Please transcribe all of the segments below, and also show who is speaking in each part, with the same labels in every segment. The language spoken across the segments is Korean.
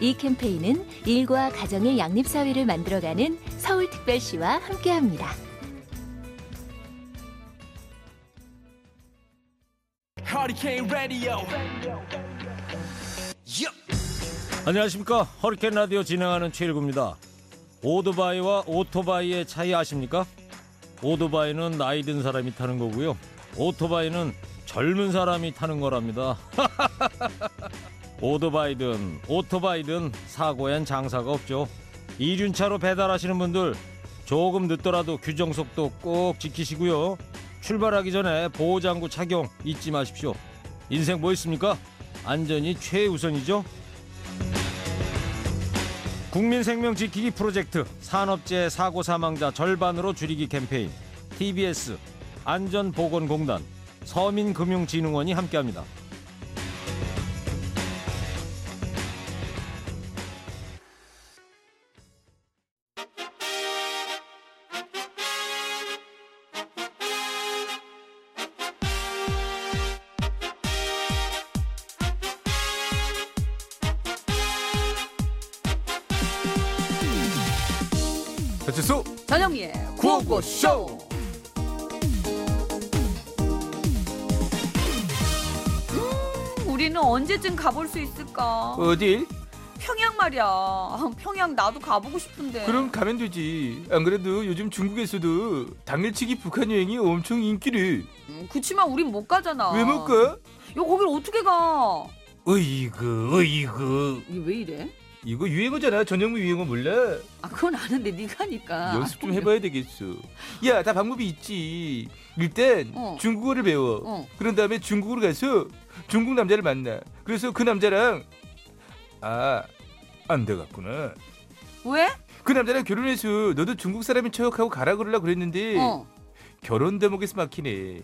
Speaker 1: 이 캠페인은 일과 가정의 양립사회를 만들어가는 서울특별시와 함께합니다.
Speaker 2: 안녕하십니까 허리케인 라디오 진행하는 최일구입니다 오토바이와 오토바이의 차이 아십니까? 오토바이는 나이 든 사람이 타는 거고요 오토바이는 젊은 사람이 타는 거랍니다 오토바이든 오토바이든 사고엔 장사가 없죠 이륜차로 배달하시는 분들 조금 늦더라도 규정 속도 꼭 지키시고요 출발하기 전에 보호장구 착용 잊지 마십시오 인생 뭐 있습니까? 안전이 최우선이죠 국민 생명 지키기 프로젝트 산업재해 사고 사망자 절반으로 줄이기 캠페인 TBS 안전보건공단 서민금융진흥원이 함께합니다.
Speaker 3: 배치수
Speaker 4: 전영미의 구호고쇼 음, 우리는 언제쯤 가볼 수 있을까
Speaker 3: 어딜?
Speaker 4: 평양 말이야 아, 평양 나도 가보고 싶은데
Speaker 3: 그럼 가면 되지. 안 그래도 요즘 중국에서도 당일치기 북한 여행이 엄청 인기래.
Speaker 4: 음, 그치만 우린 못 가잖아
Speaker 3: 왜 못 가?
Speaker 4: 야 거길 어떻게 가
Speaker 3: 어이구 어이구.
Speaker 4: 이게 왜 이래
Speaker 3: 이거 유행어잖아. 전영미 유행어 몰라?
Speaker 4: 아 그건 아는데 아, 네가 하니까
Speaker 3: 연습 좀 해봐야 되겠어. 야, 다 방법이 있지. 일단
Speaker 4: 어.
Speaker 3: 중국어를 배워.
Speaker 4: 어.
Speaker 3: 그런 다음에 중국으로 가서 중국 남자를 만나. 그래서 그 남자랑 아, 안 돼갔구나.
Speaker 4: 왜?
Speaker 3: 그 남자랑 결혼해서 너도 중국 사람인 척하고 가라 그러려고 그랬는데
Speaker 4: 어
Speaker 3: 결혼 대목에서 막히네.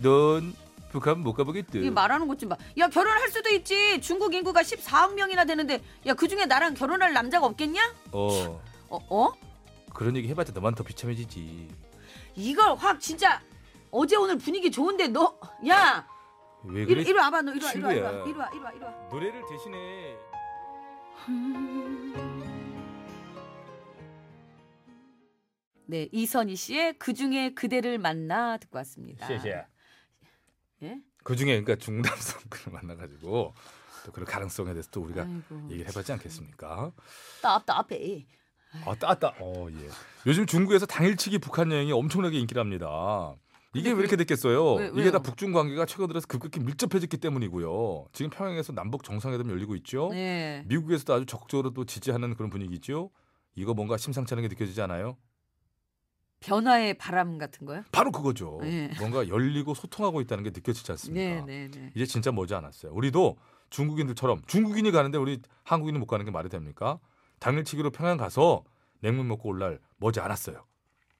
Speaker 3: 넌 북한 못 가보겠다.
Speaker 4: 이 말하는 것 좀봐야 결혼할 수도 있지 중국 인구가 14억 명이나 되는데 야 그중에 나랑 결혼할 남자가 없겠냐?
Speaker 3: 어,
Speaker 4: 어? 어?
Speaker 3: 그런 얘기 해봤자 너만 더 비참해지지.
Speaker 4: 이걸 확 진짜 어제 오늘 분위기 좋은데 너 야
Speaker 3: 왜
Speaker 4: 이리,
Speaker 3: 그래?
Speaker 4: 이리 와봐 너 이리 와 이리 와 이리 와
Speaker 3: 친구야.
Speaker 4: 이리 와 이리 와 이리 와
Speaker 3: 노래를 대신에
Speaker 4: 네 이선희 씨의 그 중에 그대를 만나 듣고 왔습니다. 예?
Speaker 3: 그 중에 그러니까 중담성을 만나가지고 또 그런 가능성에 대해서 또 우리가
Speaker 4: 아이고
Speaker 3: 얘기를 해봤지 않겠습니까?
Speaker 4: 답답해.
Speaker 3: 아 따따. 어 예. 요즘 중국에서 당일치기 북한 여행이 엄청나게 인기랍니다. 이게 왜 이렇게 됐겠어요?
Speaker 4: 그 왜-
Speaker 3: 이게 다
Speaker 4: 왜요?
Speaker 3: 북중 관계가 최근 들어서 급격히 밀접해졌기 때문이고요. 지금 평양에서 남북 정상회담 열리고 있죠.
Speaker 4: 네.
Speaker 3: 미국에서도 아주 적극적으로 또 지지하는 그런 분위기죠. 이거 뭔가 심상치 않은 게 느껴지지 않아요?
Speaker 4: 변화의 바람 같은 거요?
Speaker 3: 바로 그거죠.
Speaker 4: 네.
Speaker 3: 뭔가 열리고 소통하고 있다는 게 느껴지지 않습니까?
Speaker 4: 네, 네.
Speaker 3: 이제 진짜 머지 않았어요. 우리도 중국인들처럼 중국인이 가는데 우리 한국인은 못 가는 게 말이 됩니까? 당일치기로 평양 가서 냉면 먹고 올 날 머지 않았어요.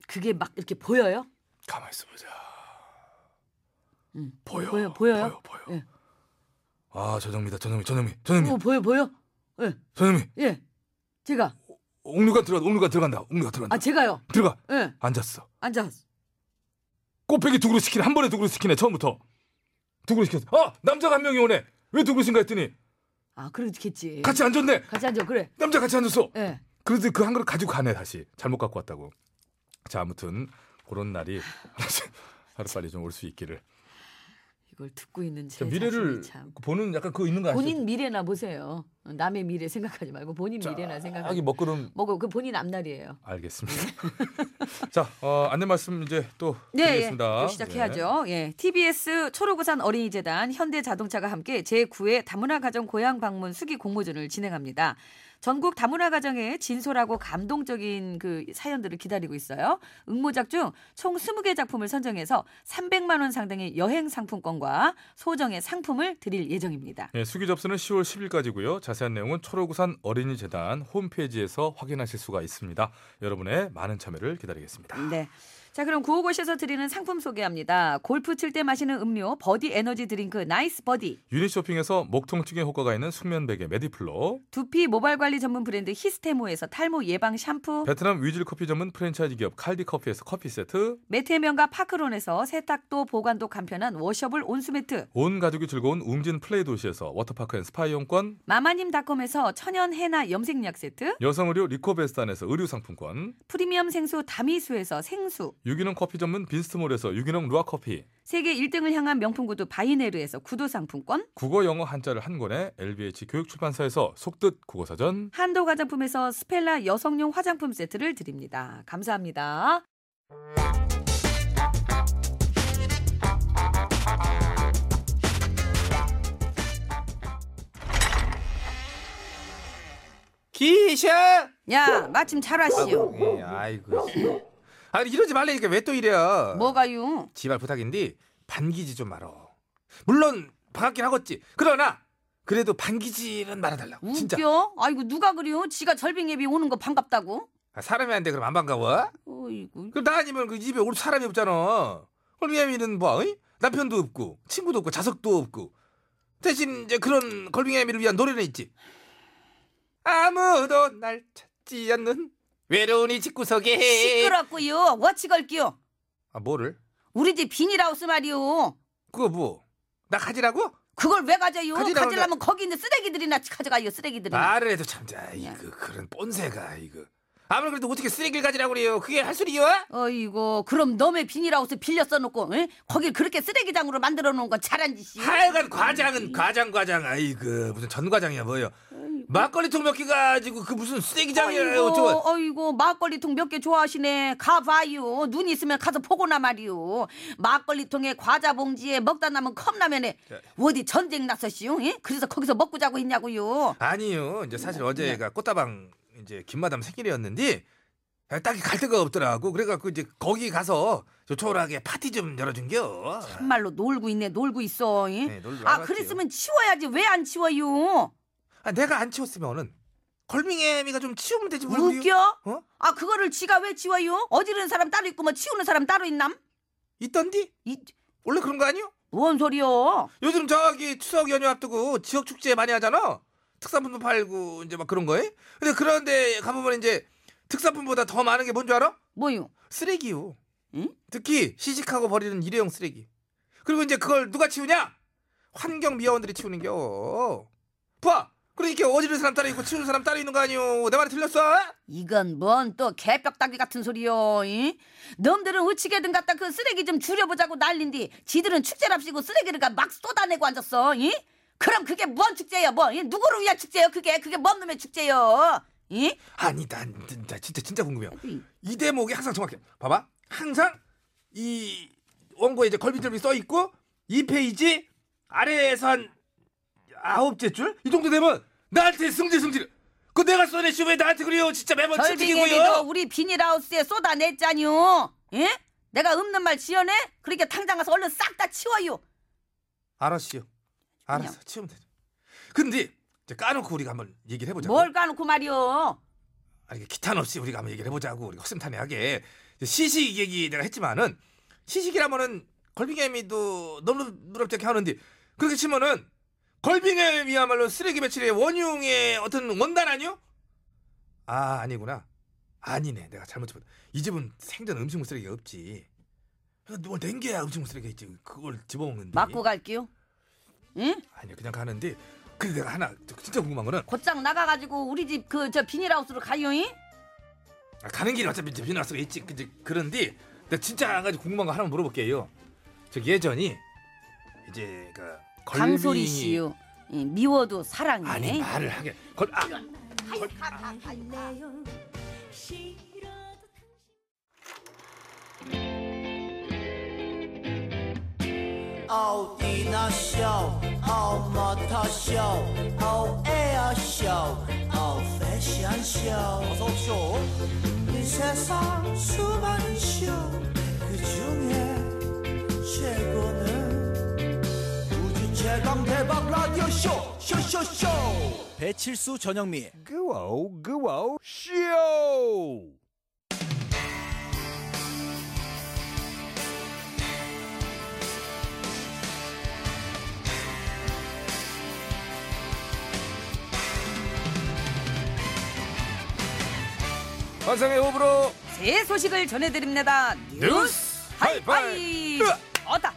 Speaker 4: 그게 막 이렇게 보여요?
Speaker 3: 가만 있어 보자.
Speaker 4: 음.
Speaker 3: 보여.
Speaker 4: 보여, 보여요?
Speaker 3: 보여. 보여.
Speaker 4: 예.
Speaker 3: 아, 전영미다. 전영미. 전영미. 전영미.
Speaker 4: 어, 보여 보여?
Speaker 3: 전영미.
Speaker 4: 예. 제가
Speaker 3: 옥류관 들어간다. 옥류관 들어간다. 옥류관 들어간다.
Speaker 4: 아 제가요.
Speaker 3: 들어가.
Speaker 4: 예.
Speaker 3: 앉았어.
Speaker 4: 앉아.
Speaker 3: 꽃배기 두 그릇 시키네 한 번에 두 그릇 시키네 처음부터 두 그릇 시켰어 아 남자가 한 명이 오네 왜 두 그릇인가 했더니
Speaker 4: 아 그렇겠지.
Speaker 3: 같이 앉았네
Speaker 4: 같이 앉아 그래.
Speaker 3: 남자 같이 앉았어
Speaker 4: 예.
Speaker 3: 그래서 그 한 그릇 가지고 가네 다시 잘못 갖고 왔다고 자 아무튼 그런 날이 하루빨리 좀 올 수 있기를
Speaker 4: 이걸 듣고 있는 제
Speaker 3: 자,
Speaker 4: 자신이
Speaker 3: 미래를
Speaker 4: 참.
Speaker 3: 보는 약간 그거 있는 거 아시죠?
Speaker 4: 본인 미래나 보세요. 어, 남의 미래 생각하지 말고 본인 미래나
Speaker 3: 아기
Speaker 4: 생각하고
Speaker 3: 먹구름
Speaker 4: 먹어 그 본인 앞날이에요.
Speaker 3: 알겠습니다 자 어, 안내 말씀 이제 또 드리겠습니다
Speaker 4: 네.
Speaker 3: 네.
Speaker 4: 또 네, 예. 시작해야죠. 예, TBS 초록우산 어린이재단 현대자동차가 함께 제9회 다문화가정 고향 방문 수기 공모전을 진행합니다. 전국 다문화가정의 진솔하고 감동적인 그 사연들을 기다리고 있어요. 응모작 중 총 20개 작품을 선정해서 300만 원 상당의 여행 상품권과 소정의 상품을 드릴 예정입니다.
Speaker 3: 예, 수기 접수는 10월 10일까지고요.
Speaker 5: 자세한 내용은 초록우산 어린이재단 홈페이지에서 확인하실 수가 있습니다. 여러분의 많은 참여를 기다리겠습니다.
Speaker 4: 네. 자, 그럼 구호고시에서 드리는 상품 소개합니다. 골프 칠 때 마시는 음료 버디 에너지 드링크 나이스 버디.
Speaker 5: 유니쇼핑에서 목통증에 효과가 있는 숙면베개 메디플로
Speaker 4: 두피 모발 관리 전문 브랜드 히스테모에서 탈모 예방 샴푸.
Speaker 5: 베트남 위즐 커피 전문 프랜차이즈 기업 칼디 커피에서 커피 세트
Speaker 4: 매트의 명가 파크론에서 세탁도 보관도 간편한 워셔블 온수매트.
Speaker 5: 온 가족이 즐거운 웅진 플레이 도시에서 워터파크 앤 스파 이용권
Speaker 4: 마마님닷컴에서 천연 해나 염색약 세트.
Speaker 5: 여성 의료 리코베스탄에서 의류 상품권
Speaker 4: 프리미엄 생수 다미수에서 생수.
Speaker 5: 유기농 커피 전문 빈스트몰에서 유기농 루아 커피
Speaker 4: 세계 1등을 향한 명품 구두 바이네르에서 구두 상품권.
Speaker 5: 국어 영어 한자를 한 권에 LBH 교육 출판사에서 속뜻 국어 사전
Speaker 4: 한도 화장품에서 스펠라 여성용 화장품 세트를 드립니다. 감사합니다.
Speaker 3: 기샤!
Speaker 4: 야, 마침 잘 왔시오.
Speaker 3: 예, 아이고. 아 이러지 말라니까 왜 또 이래요?
Speaker 4: 뭐가요?
Speaker 3: 지발 부탁인데 반기지 좀 말어. 물론 반갑긴 하겠지. 그러나 그래도 반기지는 말아달라고.
Speaker 4: 웃겨?
Speaker 3: 진짜.
Speaker 4: 아이고 누가 그래요? 지가 절빙 예비 오는 거 반갑다고?
Speaker 3: 아, 사람이 안 돼 그럼 안 반가워?
Speaker 4: 어이구.
Speaker 3: 그럼 나 아니면 그 집에 올 사람이 없잖아. 그럼 예미는 뭐 어이? 남편도 없고 친구도 없고 자석도 없고 대신 이제 그런 걸빙 예미를 위한 노래는 있지. 아무도 날 찾지 않는 외로운 이 집구석에
Speaker 4: 시끄럽고요. 워치 걸게요.
Speaker 3: 아 뭐를?
Speaker 4: 우리 집 비닐하우스 말이요.
Speaker 3: 그거 뭐? 나 가지라고?
Speaker 4: 그걸 왜 가져요?
Speaker 3: 가지라고
Speaker 4: 가지려면 거기 있는 쓰레기들이나 가져가요. 쓰레기들이나.
Speaker 3: 말을 해도 참자 이거 그런 뻔세가 이거 아무리 그래도 어떻게 쓰레기를 가지라고 그래요 그게 할 소리야?
Speaker 4: 네. 어이구. 그럼 너네 비닐하우스 빌려 써놓고 에? 거길 그렇게 쓰레기장으로 만들어 놓은 건 잘한 짓이요.
Speaker 3: 하여간 과장은 과장 과장 아이고 무슨 전과장이야 뭐요 막걸리 통 몇 개 가지고 그 무슨 쓰레기장이야 뭐 어쩌고
Speaker 4: 아이고, 아이고 막걸리통 몇 개 좋아하시네. 가봐요. 눈 있으면 가서 보고나 말이요. 막걸리통에 과자 봉지에 먹다 남은 컵라면에
Speaker 3: 네.
Speaker 4: 어디 전쟁 났었시요? 예? 그래서 거기서 먹고 자고 있냐고요.
Speaker 3: 아니요 이제
Speaker 4: 네.
Speaker 3: 사실 어제가 꽃다방 이제 김마담 생일이었는데 아, 딱히 갈 데가 없더라고 그래갖고 이제 거기 가서 저 초라하게 파티 좀 열어준겨
Speaker 4: 참말로 놀고 있네. 놀고 있어. 예?
Speaker 3: 네, 놀러
Speaker 4: 아
Speaker 3: 와봤지요.
Speaker 4: 그랬으면 치워야지 왜 안 치워요?
Speaker 3: 아, 내가 안 치웠으면은 걸밍애미가 좀 치우면 되지 뭘 그래요?
Speaker 4: 웃겨?
Speaker 3: 어?
Speaker 4: 아 그거를 지가 왜 치워요? 어지르는 사람 따로 있고 뭐 치우는 사람 따로 있남?
Speaker 3: 있던디?
Speaker 4: 이-
Speaker 3: 원래 그런 거 아니요?
Speaker 4: 뭔 소리요?
Speaker 3: 요즘 저기 추석 연휴 앞두고 지역 축제 많이 하잖아. 특산품도 팔고 이제 막 그런 거에. 근데 그런데 가보면 이제 특산품보다 더 많은 게 뭔 줄 알아?
Speaker 4: 뭐요?
Speaker 3: 쓰레기요.
Speaker 4: 응?
Speaker 3: 특히 시식하고 버리는 일회용 쓰레기. 그리고 이제 그걸 누가 치우냐? 환경 미화원들이 치우는겨. 봐. 그러니까 어지른 사람 따로 있고 치우는 사람 따로 있는 거 아니오. 내 말이 틀렸어?
Speaker 4: 이건 뭔 또 개벽다귀 같은 소리요. 이? 놈들은 우치게든 갖다 그 쓰레기 좀 줄여보자고 난린디 지들은 축제랍시고 쓰레기를 가- 막 쏟아내고 앉았어. 이? 그럼 그게 뭔 축제야? 뭐 이? 누구를 위한 축제요? 그게 그게 뭔 놈의 축제요? 이?
Speaker 3: 아니 난 진짜 진짜, 진짜 궁금해요. 이 대목이 항상 정확해. 봐봐. 항상 이 원고에 이제 걸비절비 써 있고 이 페이지 아래에서 한 아홉째 줄 이 정도 되면 나한테 승질 승질. 그 내가 써낸 시험에 나한테 그래요. 진짜 매번
Speaker 4: 절빙애비도 우리 비닐하우스에 쏟아냈잖요. 예? 내가 없는 말 지어내? 그러니까 당장 가서 얼른 싹 다 치워요.
Speaker 3: 알았어요. 알았어. 치우면 되죠. 근데 이제 까놓고 우리가 한번 얘기를 해보자고. 예.
Speaker 4: 뭘 까놓고 말이요.
Speaker 3: 아니 이게 기탄 없이 우리가 한번 얘기를 해보자고 우리가 허심탄회하게 이제 시식 얘기 내가 했지만은 시식이라면은 걸빙애미도 너무 무럽지 하는데 그렇게 치면은 걸빙애미야말로 쓰레기 배출의 원흉의 어떤 원단 아니요? 아 아니구나 아니네 내가 잘못 짚었다 이 집은 생전 음식물 쓰레기가 없지 뭘 냉겨야 음식물 쓰레기가 있지 그걸 집어먹는데
Speaker 4: 맞고 갈게요. 응?
Speaker 3: 아니 그냥 가는데 근데 내가 하나 진짜 궁금한 거는
Speaker 4: 곧장 나가가지고 우리 집 그 저 비닐하우스로 가요잉?
Speaker 3: 아, 가는 길에 어차피 이제 비나스가 있지. 근데 그런데 나 진짜 한 가지 궁금한 거 하나 물어볼게요. 저 예전이 이제 그
Speaker 4: 강소리
Speaker 3: 걸빙이-
Speaker 4: 씨요. 예, 미워도 사랑해.
Speaker 3: 아니 말을 하게 걸 아.
Speaker 6: 어디나 쇼, 어 모터 쇼, 어 에어 쇼, 어 패션 쇼. 어서 쇼. 이 세상 수많은 쇼, 그 중에 최고는 우주 최강 대박 라디오 쇼, 쇼 쇼 쇼.
Speaker 7: 배칠수 전영미
Speaker 8: 그와우 그와우 쇼
Speaker 3: 환상의 호불호
Speaker 4: 새 소식을 전해드립니다. 뉴스 하이파이. 어다.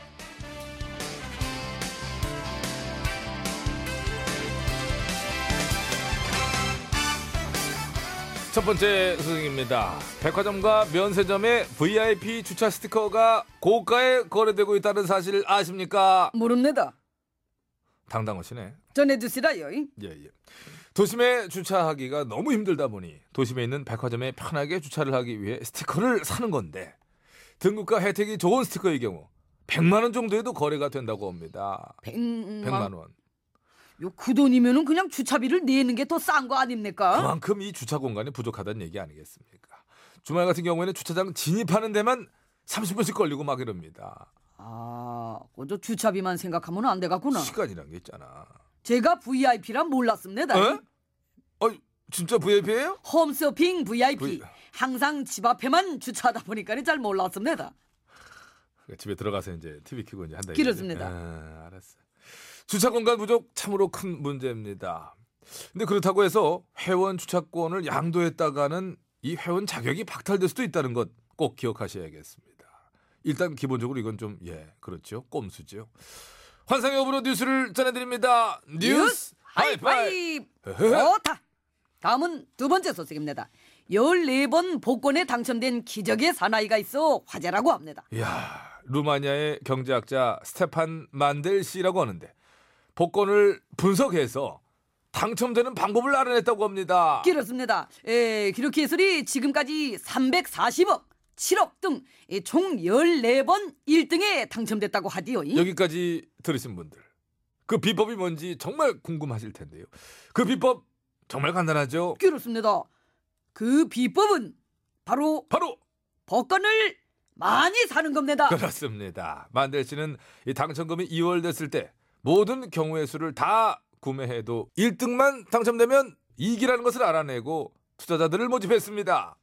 Speaker 3: 첫 번째 소식입니다. 백화점과 면세점에 VIP 주차 스티커가 고가에 거래되고 있다는 사실 아십니까?
Speaker 4: 모릅니다.
Speaker 3: 당당하시네.
Speaker 4: 전해주시라요. 잉?
Speaker 3: 예, 예. 도심에 주차하기가 너무 힘들다 보니 도심에 있는 백화점에 편하게 주차를 하기 위해 스티커를 사는 건데 등급과 혜택이 좋은 스티커의 경우 100만 원 정도에도 거래가 된다고 합니다.
Speaker 4: 백만 어?
Speaker 3: 100만 원.
Speaker 4: 요그 돈이면은 그냥 주차비를 내는 게 더 싼 거 아닙니까?
Speaker 3: 그만큼 이 주차 공간이 부족하다는 얘기 아니겠습니까? 주말 같은 경우에는 주차장 진입하는 데만 30분씩 걸리고 막 이럽니다.
Speaker 4: 아, 그저 주차비만 생각하면 안 되겠구나.
Speaker 3: 시간이란 게 있잖아.
Speaker 4: 제가 VIP란 몰랐습니다.
Speaker 3: 에? 아니, 진짜 VIP예요?
Speaker 4: 홈쇼핑 VIP.
Speaker 3: V-
Speaker 4: 항상 집 앞에만 주차하다 보니까 잘 몰랐습니다.
Speaker 3: 그러니까 집에 들어가서 이제 TV 켜고 이제 한다.
Speaker 4: 그렇습니다.
Speaker 3: 아, 알았어. 주차 공간 부족 참으로 큰 문제입니다. 근데 그렇다고 해서 회원 주차권을 양도했다가는 이 회원 자격이 박탈될 수도 있다는 것 꼭 기억하셔야겠습니다. 일단 기본적으로 이건 좀 예, 그렇죠. 꼼수죠. 환상의 오브로 뉴스를 전해드립니다. 뉴스 하이파이.
Speaker 4: 좋다. 다음은 두 번째 소식입니다. 14번 복권에 당첨된 기적의 사나이가 있어 화제라고 합니다.
Speaker 3: 이야, 루마니아의 경제학자 스테판 만델 씨라고 하는데 복권을 분석해서 당첨되는 방법을 알아냈다고 합니다.
Speaker 4: 그렇습니다. 에, 기록 예술이 지금까지 340억, 7억 등 총 14번 1등에 당첨됐다고 하디요.
Speaker 3: 여기까지 들으신 분들 그 비법이 뭔지 정말 궁금하실 텐데요. 그 비법 정말 간단하죠.
Speaker 4: 그렇습니다. 그 비법은 바로
Speaker 3: 바로
Speaker 4: 복권을 많이 사는 겁니다.
Speaker 3: 그렇습니다. 만델 씨는 이 당첨금이 2월 됐을 때 모든 경우의 수를 다 구매해도 1등만 당첨되면 이기라는 것을 알아내고 투자자들을 모집했습니다.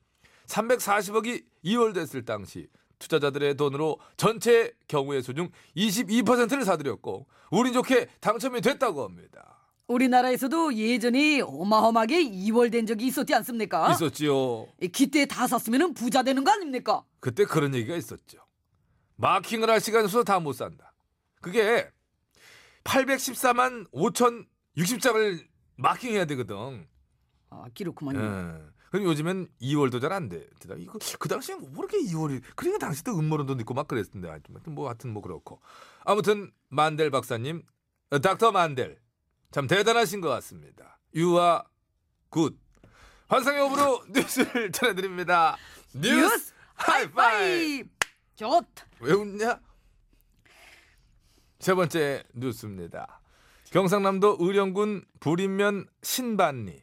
Speaker 3: 340억이 2월 됐을 당시 투자자들의 돈으로 전체 경우의 수 중 22%를 사들였고 운이 좋게 당첨이 됐다고 합니다.
Speaker 4: 우리나라에서도 예전에 어마어마하게 이월된 적이 있었지 않습니까?
Speaker 3: 있었지요.
Speaker 4: 이 기대 다 샀으면 부자 되는 거 아닙니까?
Speaker 3: 그때 그런 얘기가 있었죠. 마킹을 할 시간 있어서 다 못 산다. 그게 814만 5천 60장을 마킹해야 되거든.
Speaker 4: 아,
Speaker 3: 음.
Speaker 4: 기록구만요.
Speaker 3: 예. 그럼 요즘엔 2월도 잘 안 돼. 이거 그 당시엔 뭐 그렇게 2월이 그러니까 당시 도 음모론도 있고 막 그랬는데 하여튼 뭐 하여튼 뭐 그렇고. 아무튼 만델 박사님, 어, 닥터 만델 참 대단하신 것 같습니다. 유아 굿. 환상의 오브로 뉴스를 전해드립니다. 뉴스 하이파이.
Speaker 4: 좋다.
Speaker 3: 왜 웃냐? 세 번째 뉴스입니다. 경상남도 의령군 불인면 신반리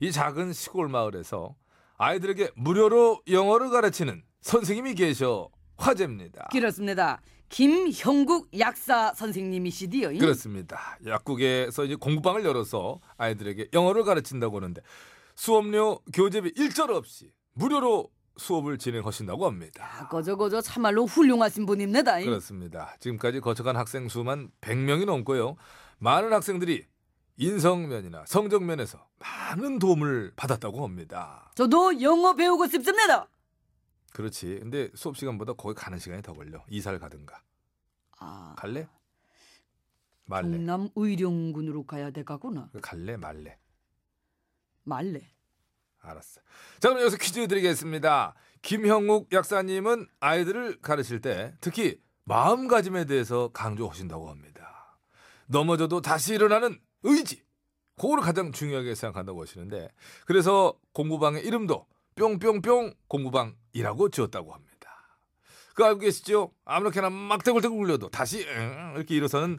Speaker 3: 이 작은 시골 마을에서 아이들에게 무료로 영어를 가르치는 선생님이 계셔 화제입니다.
Speaker 4: 그렇습니다. 김형국 약사 선생님이시디요.
Speaker 3: 그렇습니다. 약국에서 이제 공부방을 열어서 아이들에게 영어를 가르친다고 하는데 수업료 교재비 일절 없이 무료로 수업을 진행하신다고 합니다.
Speaker 4: 아, 거저 거저 참말로 훌륭하신 분입니다.
Speaker 3: 그렇습니다. 지금까지 거쳐간 학생 수만 100명이 넘고요. 많은 학생들이 인성면이나 성적면에서 많은 도움을 받았다고 합니다.
Speaker 4: 저도 영어 배우고 싶습니다.
Speaker 3: 그렇지. 근데 수업 시간보다 거기 가는 시간이 더 걸려. 이사를 가든가.
Speaker 4: 아,
Speaker 3: 갈래? 말래.
Speaker 4: 경남 의령군으로 가야 되가구나.
Speaker 3: 갈래 말래.
Speaker 4: 말래.
Speaker 3: 알았어. 자 그럼 여기서 퀴즈 드리겠습니다. 김형욱 약사님은 아이들을 가르칠 때 특히 마음가짐에 대해서 강조하신다고 합니다. 넘어져도 다시 일어나는 의지. 그거를 가장 중요하게 생각한다고 하시는데 그래서 공부방의 이름도 뿅뿅뿅 공부방이라고 지었다고 합니다. 그거 알고 계시죠? 아무렇게나 막 대굴대굴 굴려도 다시 응 이렇게 일어서는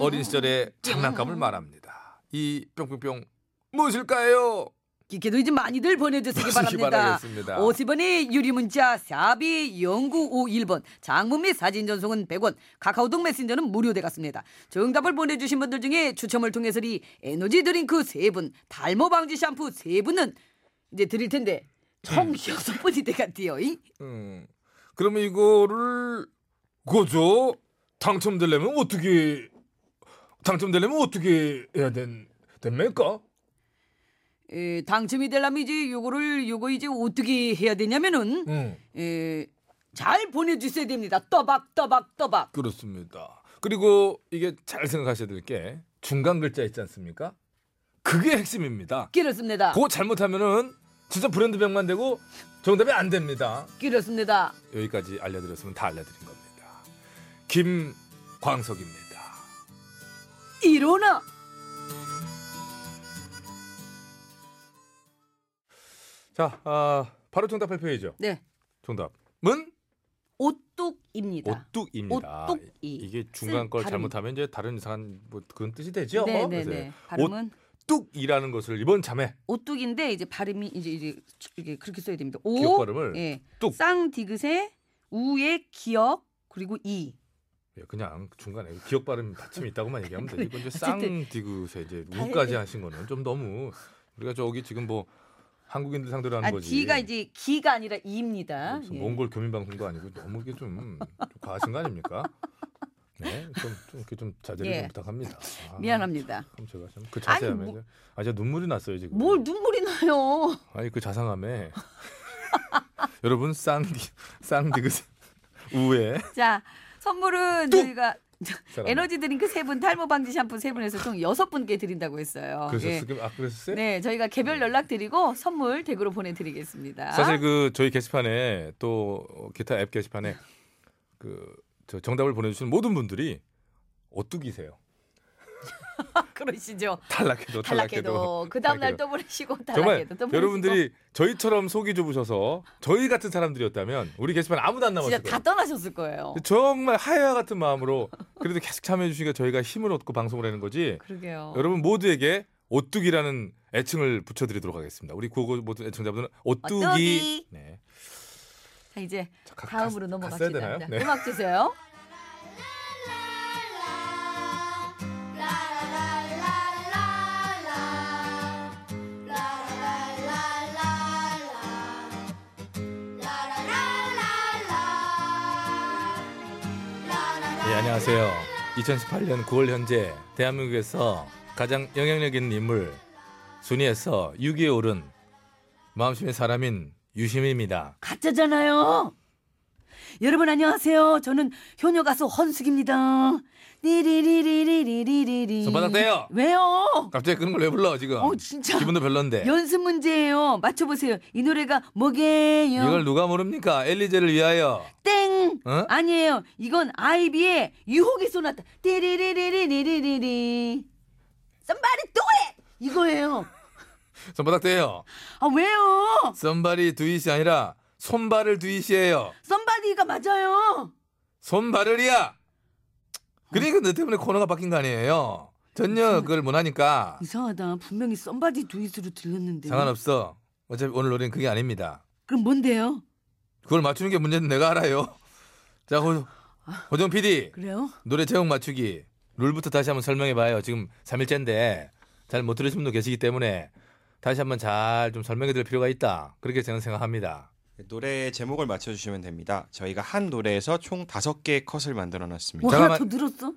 Speaker 3: 어린 시절의 장난감을 말합니다. 이 뿅뿅뿅 무엇일까요?
Speaker 4: 기계도 이제 많이들 보내주시기 바랍니다.
Speaker 3: 바라겠습니다.
Speaker 4: 50원의 유리문자 샵이 0951번 장문 및 사진 전송은 100원 카카오톡 메신저는 무료되갔습니다. 정답을 보내주신 분들 중에 추첨을 통해서 이 에너지 드링크 3분 달모 방지 샴푸 3분은 이제 드릴 텐데 총
Speaker 3: 네.
Speaker 4: 6분이 돼갔디요.
Speaker 3: 음. 그러면 이거를 그거죠. 당첨되려면 어떻게 당첨되려면 어떻게 해야 된 됩니까?
Speaker 4: 에, 당첨이 되려면 이제 요거를 요거 이제 어떻게 해야 되냐면은
Speaker 3: 음.
Speaker 4: 에, 잘 보내주셔야 됩니다. 떠박 떠박 떠박.
Speaker 3: 그렇습니다. 그리고 이게 잘 생각하셔야 될 게 중간 글자 있지 않습니까? 그게 핵심입니다.
Speaker 4: 그렇습니다.
Speaker 3: 그거 잘못하면은 진짜 브랜드병만 되고 정답이 안 됩니다.
Speaker 4: 그렇습니다.
Speaker 3: 여기까지 알려드렸으면 다 알려드린 겁니다. 김광석입니다.
Speaker 4: 일어나.
Speaker 3: 자, 아, 바로 정답 발표해죠.
Speaker 4: 네.
Speaker 3: 정답은
Speaker 4: 오뚝입니다.
Speaker 3: 오뚝입니다.
Speaker 4: 오뚝이.
Speaker 9: 이게 중간
Speaker 4: 쓸
Speaker 9: 걸
Speaker 4: 발음.
Speaker 9: 잘못하면 이제 다른 이상한 뭐 그런 뜻이 되죠.
Speaker 4: 네, 네,
Speaker 3: 그래서
Speaker 4: 네. 발음은
Speaker 3: 뚝이라는 것을 이번 참에
Speaker 4: 오뚝인데 이제 발음이 이제 이제 이게 그렇게 써야 됩니다. 오.
Speaker 3: 기억 발음을
Speaker 4: 예.
Speaker 3: 뚝.
Speaker 4: 쌍 디귿에 우의 기억 그리고 이.
Speaker 3: 예, 그냥 중간에 기억 발음 받침이 있다고만 얘기하면 되지. 이건 이제
Speaker 4: 어쨌든.
Speaker 3: 쌍디귿에 이제 우까지 하신 거는 좀 너무 우리가 저기 지금 뭐 한국인들 상대로 하는
Speaker 4: 아,
Speaker 3: 거지. 뭐
Speaker 4: 디가 이제 기가 아니라 이입니다.
Speaker 3: 무슨
Speaker 4: 예.
Speaker 3: 몽골 교민방송도 아니고 너무 이게 좀, 좀 과하신 거 아닙니까? 네, 좀, 좀 이렇게 좀 자제를
Speaker 4: 예.
Speaker 3: 좀 부탁합니다. 아,
Speaker 4: 미안합니다.
Speaker 3: 참 제가 참그 자세함에
Speaker 4: 아니, 뭐-
Speaker 3: 이제- 아 제가 눈물이 났어요 지금.
Speaker 4: 뭘 눈물이 나요?
Speaker 3: 아니 그 자상함에 여러분 쌍디 쌍디귿 우에
Speaker 4: 자, 선물은 저희가
Speaker 3: 사람.
Speaker 4: 에너지 드링크 세 분 탈모 방지 샴푸 세분에서총 여섯 분께 드린다고 했어요.
Speaker 3: 그래서
Speaker 4: 예.
Speaker 3: 지금 아 그랬어요?
Speaker 4: 네, 저희가 개별 연락 드리고 선물 댁으로 보내드리겠습니다.
Speaker 9: 사실 그 저희 게시판에 또 기타 앱 게시판에 그 저 정답을 보내주신 모든 분들이
Speaker 3: 오뚜기세요.
Speaker 4: 그러시죠.
Speaker 3: 탈락해도 탈락해도.
Speaker 4: 탈락해도 그 다음 날
Speaker 3: 탈락해도.
Speaker 4: 또 보내시고
Speaker 3: 정말
Speaker 4: 탈락해도 또 보내시고
Speaker 3: 여러분들이 저희처럼 속이 좁으셔서 저희 같은 사람들이었다면 우리 게시판 아무도 안
Speaker 4: 진짜
Speaker 3: 남았을
Speaker 4: 다
Speaker 3: 거예요.
Speaker 4: 떠나셨을 거예요.
Speaker 3: 정말 하야 같은 마음으로 그래도 계속 참여해 주시니까 저희가 힘을 얻고 방송을 하는 거지.
Speaker 4: 그러게요.
Speaker 3: 여러분 모두에게 오뚜기라는 애칭을 붙여드리도록 하겠습니다. 우리 구호 모든 애청자분은 오뚜기.
Speaker 4: 오뚜기.
Speaker 3: 네.
Speaker 4: 자, 이제
Speaker 3: 자, 가-
Speaker 4: 다음으로
Speaker 3: 가-
Speaker 4: 넘어갑시다.
Speaker 3: 갔어야 되나요?
Speaker 4: 자,
Speaker 3: 네.
Speaker 4: 음악 주세요.
Speaker 3: 예, 안녕하세요. 2018년 9월 현재 대한민국에서 가장 영향력 있는 인물 순위에서 6위에 오른 마음심의 사람인 유심입니다.
Speaker 4: 가짜잖아요. 여러분 안녕하세요. 저는 효녀 가수 헌숙입니다. 리리리리리리리리.
Speaker 3: 손바닥 떼요.
Speaker 4: 왜요?
Speaker 3: 갑자기 그런 걸 왜 불러 지금?
Speaker 4: 어 진짜.
Speaker 3: 기분도 별론데.
Speaker 4: 연습 문제예요. 맞춰보세요. 이 노래가 뭐게요?
Speaker 3: 이걸 누가 모릅니까? 엘리제를 위하여.
Speaker 4: 땡.
Speaker 3: 어?
Speaker 4: 아니에요. 이건 아이비의 유혹의 소나타. 띠리리리리리리리. Somebody do it. 이거예요.
Speaker 3: 손바닥 떼요.
Speaker 4: 아 왜요?
Speaker 3: 썸바리 두잇이 아니라 손발을 두잇이에요.
Speaker 4: Somebody가 맞아요.
Speaker 3: 손발을이야. 그러니까 너 때문에 코너가 바뀐 거 아니에요. 전혀 그걸 못 하니까
Speaker 4: 이상하다. 분명히 Somebody do it으로 들렸는데.
Speaker 3: 상관없어. 어차피 오늘 노래는 그게 아닙니다.
Speaker 4: 그럼 뭔데요?
Speaker 3: 그걸 맞추는 게 문제는 내가 알아요. 자, 호, 호정 PD
Speaker 4: 그래요?
Speaker 3: 노래 제목 맞추기 룰부터 다시 한번 설명해 봐요. 지금 3일째인데 잘 못 들으신 분도 계시기 때문에 다시 한번 잘 좀 설명해 드릴 필요가 있다. 그렇게 저는 생각합니다.
Speaker 10: 노래 제목을 맞춰주시면 됩니다. 저희가 한 노래에서 총 다섯 개의 컷을 만들어 놨습니다.
Speaker 4: 뭐 하나
Speaker 3: 잠깐만.
Speaker 4: 더 늘었어?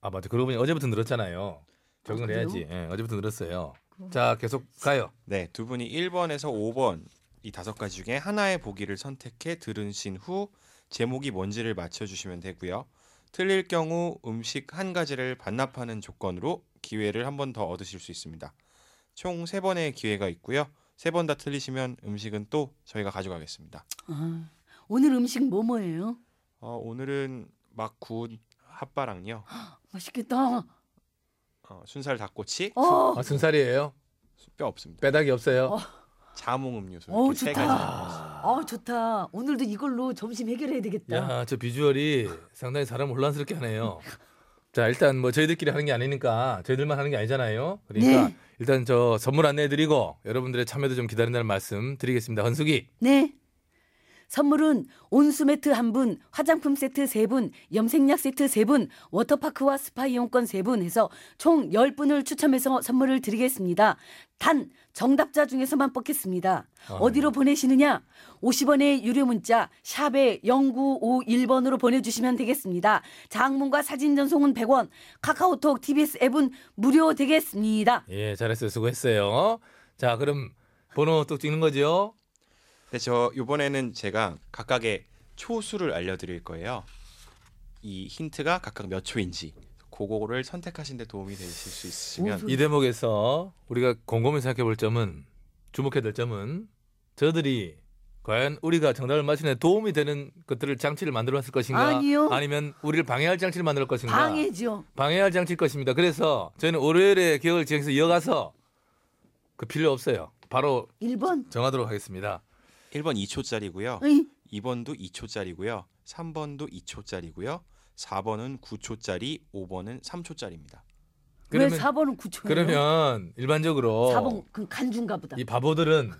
Speaker 3: 아 맞아. 그러고 보니 어제부터 늘었잖아요. 적응을
Speaker 4: 그래요? 그
Speaker 3: 해야지. 예, 어제부터 늘었어요. 자, 계속 가요.
Speaker 10: 네, 두 분이 1번에서 5번 이 다섯 가지 중에 하나의 보기를 선택해 들으신 후 제목이 뭔지를 맞춰주시면 되고요. 틀릴 경우 음식 한 가지를 반납하는 조건으로 기회를 한 번 더 얻으실 수 있습니다. 총 세 번의 기회가 있고요. 세 번 다 틀리시면 음식은 또 저희가 가져가겠습니다.
Speaker 4: 아, 오늘 음식 뭐 뭐예요?
Speaker 10: 어, 오늘은 막 구운 핫바랑요.
Speaker 4: 맛있겠다.
Speaker 10: 어, 순살 닭꼬치
Speaker 4: 어,
Speaker 3: 아, 순살이에요.
Speaker 10: 뼈 없습니다.
Speaker 3: 빼닥이 없어요.
Speaker 4: 어.
Speaker 10: 자몽 음료수
Speaker 4: 어,
Speaker 10: 이렇게 세
Speaker 4: 좋다.
Speaker 10: 가지 나왔습니다.
Speaker 4: 어 좋다. 오늘도 이걸로 점심 해결해야 되겠다.
Speaker 3: 야, 저 비주얼이 상당히 사람 혼란스럽게 하네요. 자, 일단 뭐 저희들끼리 하는 게 아니니까 저희들만 하는 게 아니잖아요. 그러니까
Speaker 4: 네.
Speaker 3: 일단 저 선물 안내해드리고 여러분들의 참여도 좀 기다린다는 말씀 드리겠습니다. 헌숙이
Speaker 4: 네. 선물은 온수 매트 한분 화장품 세트 세분 염색약 세트 세분 워터파크와 스파 이용권 세분 해서 총 10분을 추첨해서 선물을 드리겠습니다. 단 정답자 중에서만 뽑겠습니다.
Speaker 11: 아.
Speaker 4: 어디로 보내시느냐? 50원의 유료 문자 샵에 0951번으로 보내주시면 되겠습니다. 장문과 사진 전송은 100원, 카카오톡, TBS 앱은 무료 되겠습니다.
Speaker 3: 예 잘했어요 수고했어요. 자 그럼 번호 또 찍는 거죠?
Speaker 10: 네, 저 이번에는 제가 각각의 초수를 알려드릴 거예요. 이 힌트가 각각 몇 초인지 그거를 선택하신 데 도움이 되실 수 있으면
Speaker 3: 이 대목에서 우리가 곰곰이 생각해 볼 점은 주목해야 될 점은 저들이 과연 우리가 정답을 맞추는 데 도움이 되는 것들을 장치를 만들어 놨을 것인가
Speaker 4: 아니요.
Speaker 3: 면 우리를 방해할 장치를 만들 어 것인가
Speaker 4: 방해죠.
Speaker 3: 방해할 장치일 것입니다. 그래서 저희는 월요일에 기억을 지행해서 이어가서 그 필요 없어요. 바로
Speaker 4: 1번
Speaker 3: 정하도록 하겠습니다.
Speaker 10: 1번 2초짜리고요.
Speaker 4: 으이.
Speaker 10: 2번도 2초짜리고요. 3번도 2초짜리고요. 4번은 9초짜리, 5번은 3초짜리입니다.
Speaker 4: 왜 4번은 9초예요?
Speaker 3: 그러면
Speaker 10: 어.
Speaker 3: 일반적으로
Speaker 4: 4번 그 간주인가 보다.
Speaker 10: 예.
Speaker 3: 이 바보들은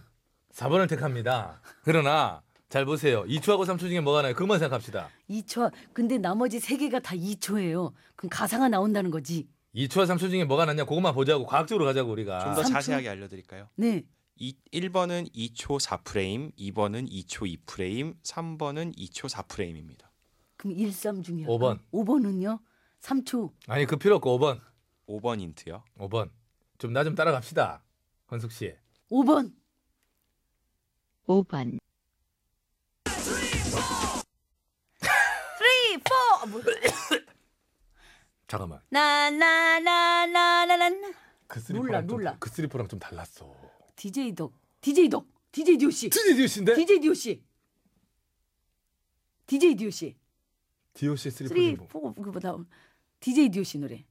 Speaker 3: 4번을 택합니다. 그러나 잘 보세요. 2초하고 3초 중에 뭐가 나요? 그것만 생각합시다.
Speaker 4: 2초. 근데 나머지 세 개가 다 2초예요. 그럼 가사가 나온다는 거지.
Speaker 3: 2초와 3초 중에 뭐가 낫냐? 그것만 보자고 과학적으로 가자고 우리가.
Speaker 10: 좀 더 자세하게 알려드릴까요?
Speaker 4: 네.
Speaker 10: 이, 1번은 2초 4프레임, 2번은 2초 2프레임, 3번은 2초 4프레임입니다.
Speaker 4: 그럼 1, 3 중이야.
Speaker 10: 오 번.
Speaker 4: 5번은요? 3초.
Speaker 3: 아니 그 필요 없고 5번.
Speaker 10: 5번 힌트요.
Speaker 3: 5번. 좀 나 좀 따라갑시다. 헌숙 씨.
Speaker 4: 5번.
Speaker 1: 5번.
Speaker 12: 3, 4. 뭐.
Speaker 3: 잠깐만.
Speaker 12: 나나나나나나.
Speaker 3: 그
Speaker 4: 놀라,
Speaker 3: 스리퍼랑
Speaker 4: 놀라.
Speaker 3: 좀그 스리퍼랑 좀 달랐어.
Speaker 4: DJ 덕. DJ 덕. DJ 디오씨.
Speaker 3: DJ 디오씨인데?
Speaker 4: DJ 디오씨. DJ 디오씨.
Speaker 3: 디오씨
Speaker 4: 3,
Speaker 3: 스리퍼
Speaker 4: 4 그보다 DJ 디오씨 노래.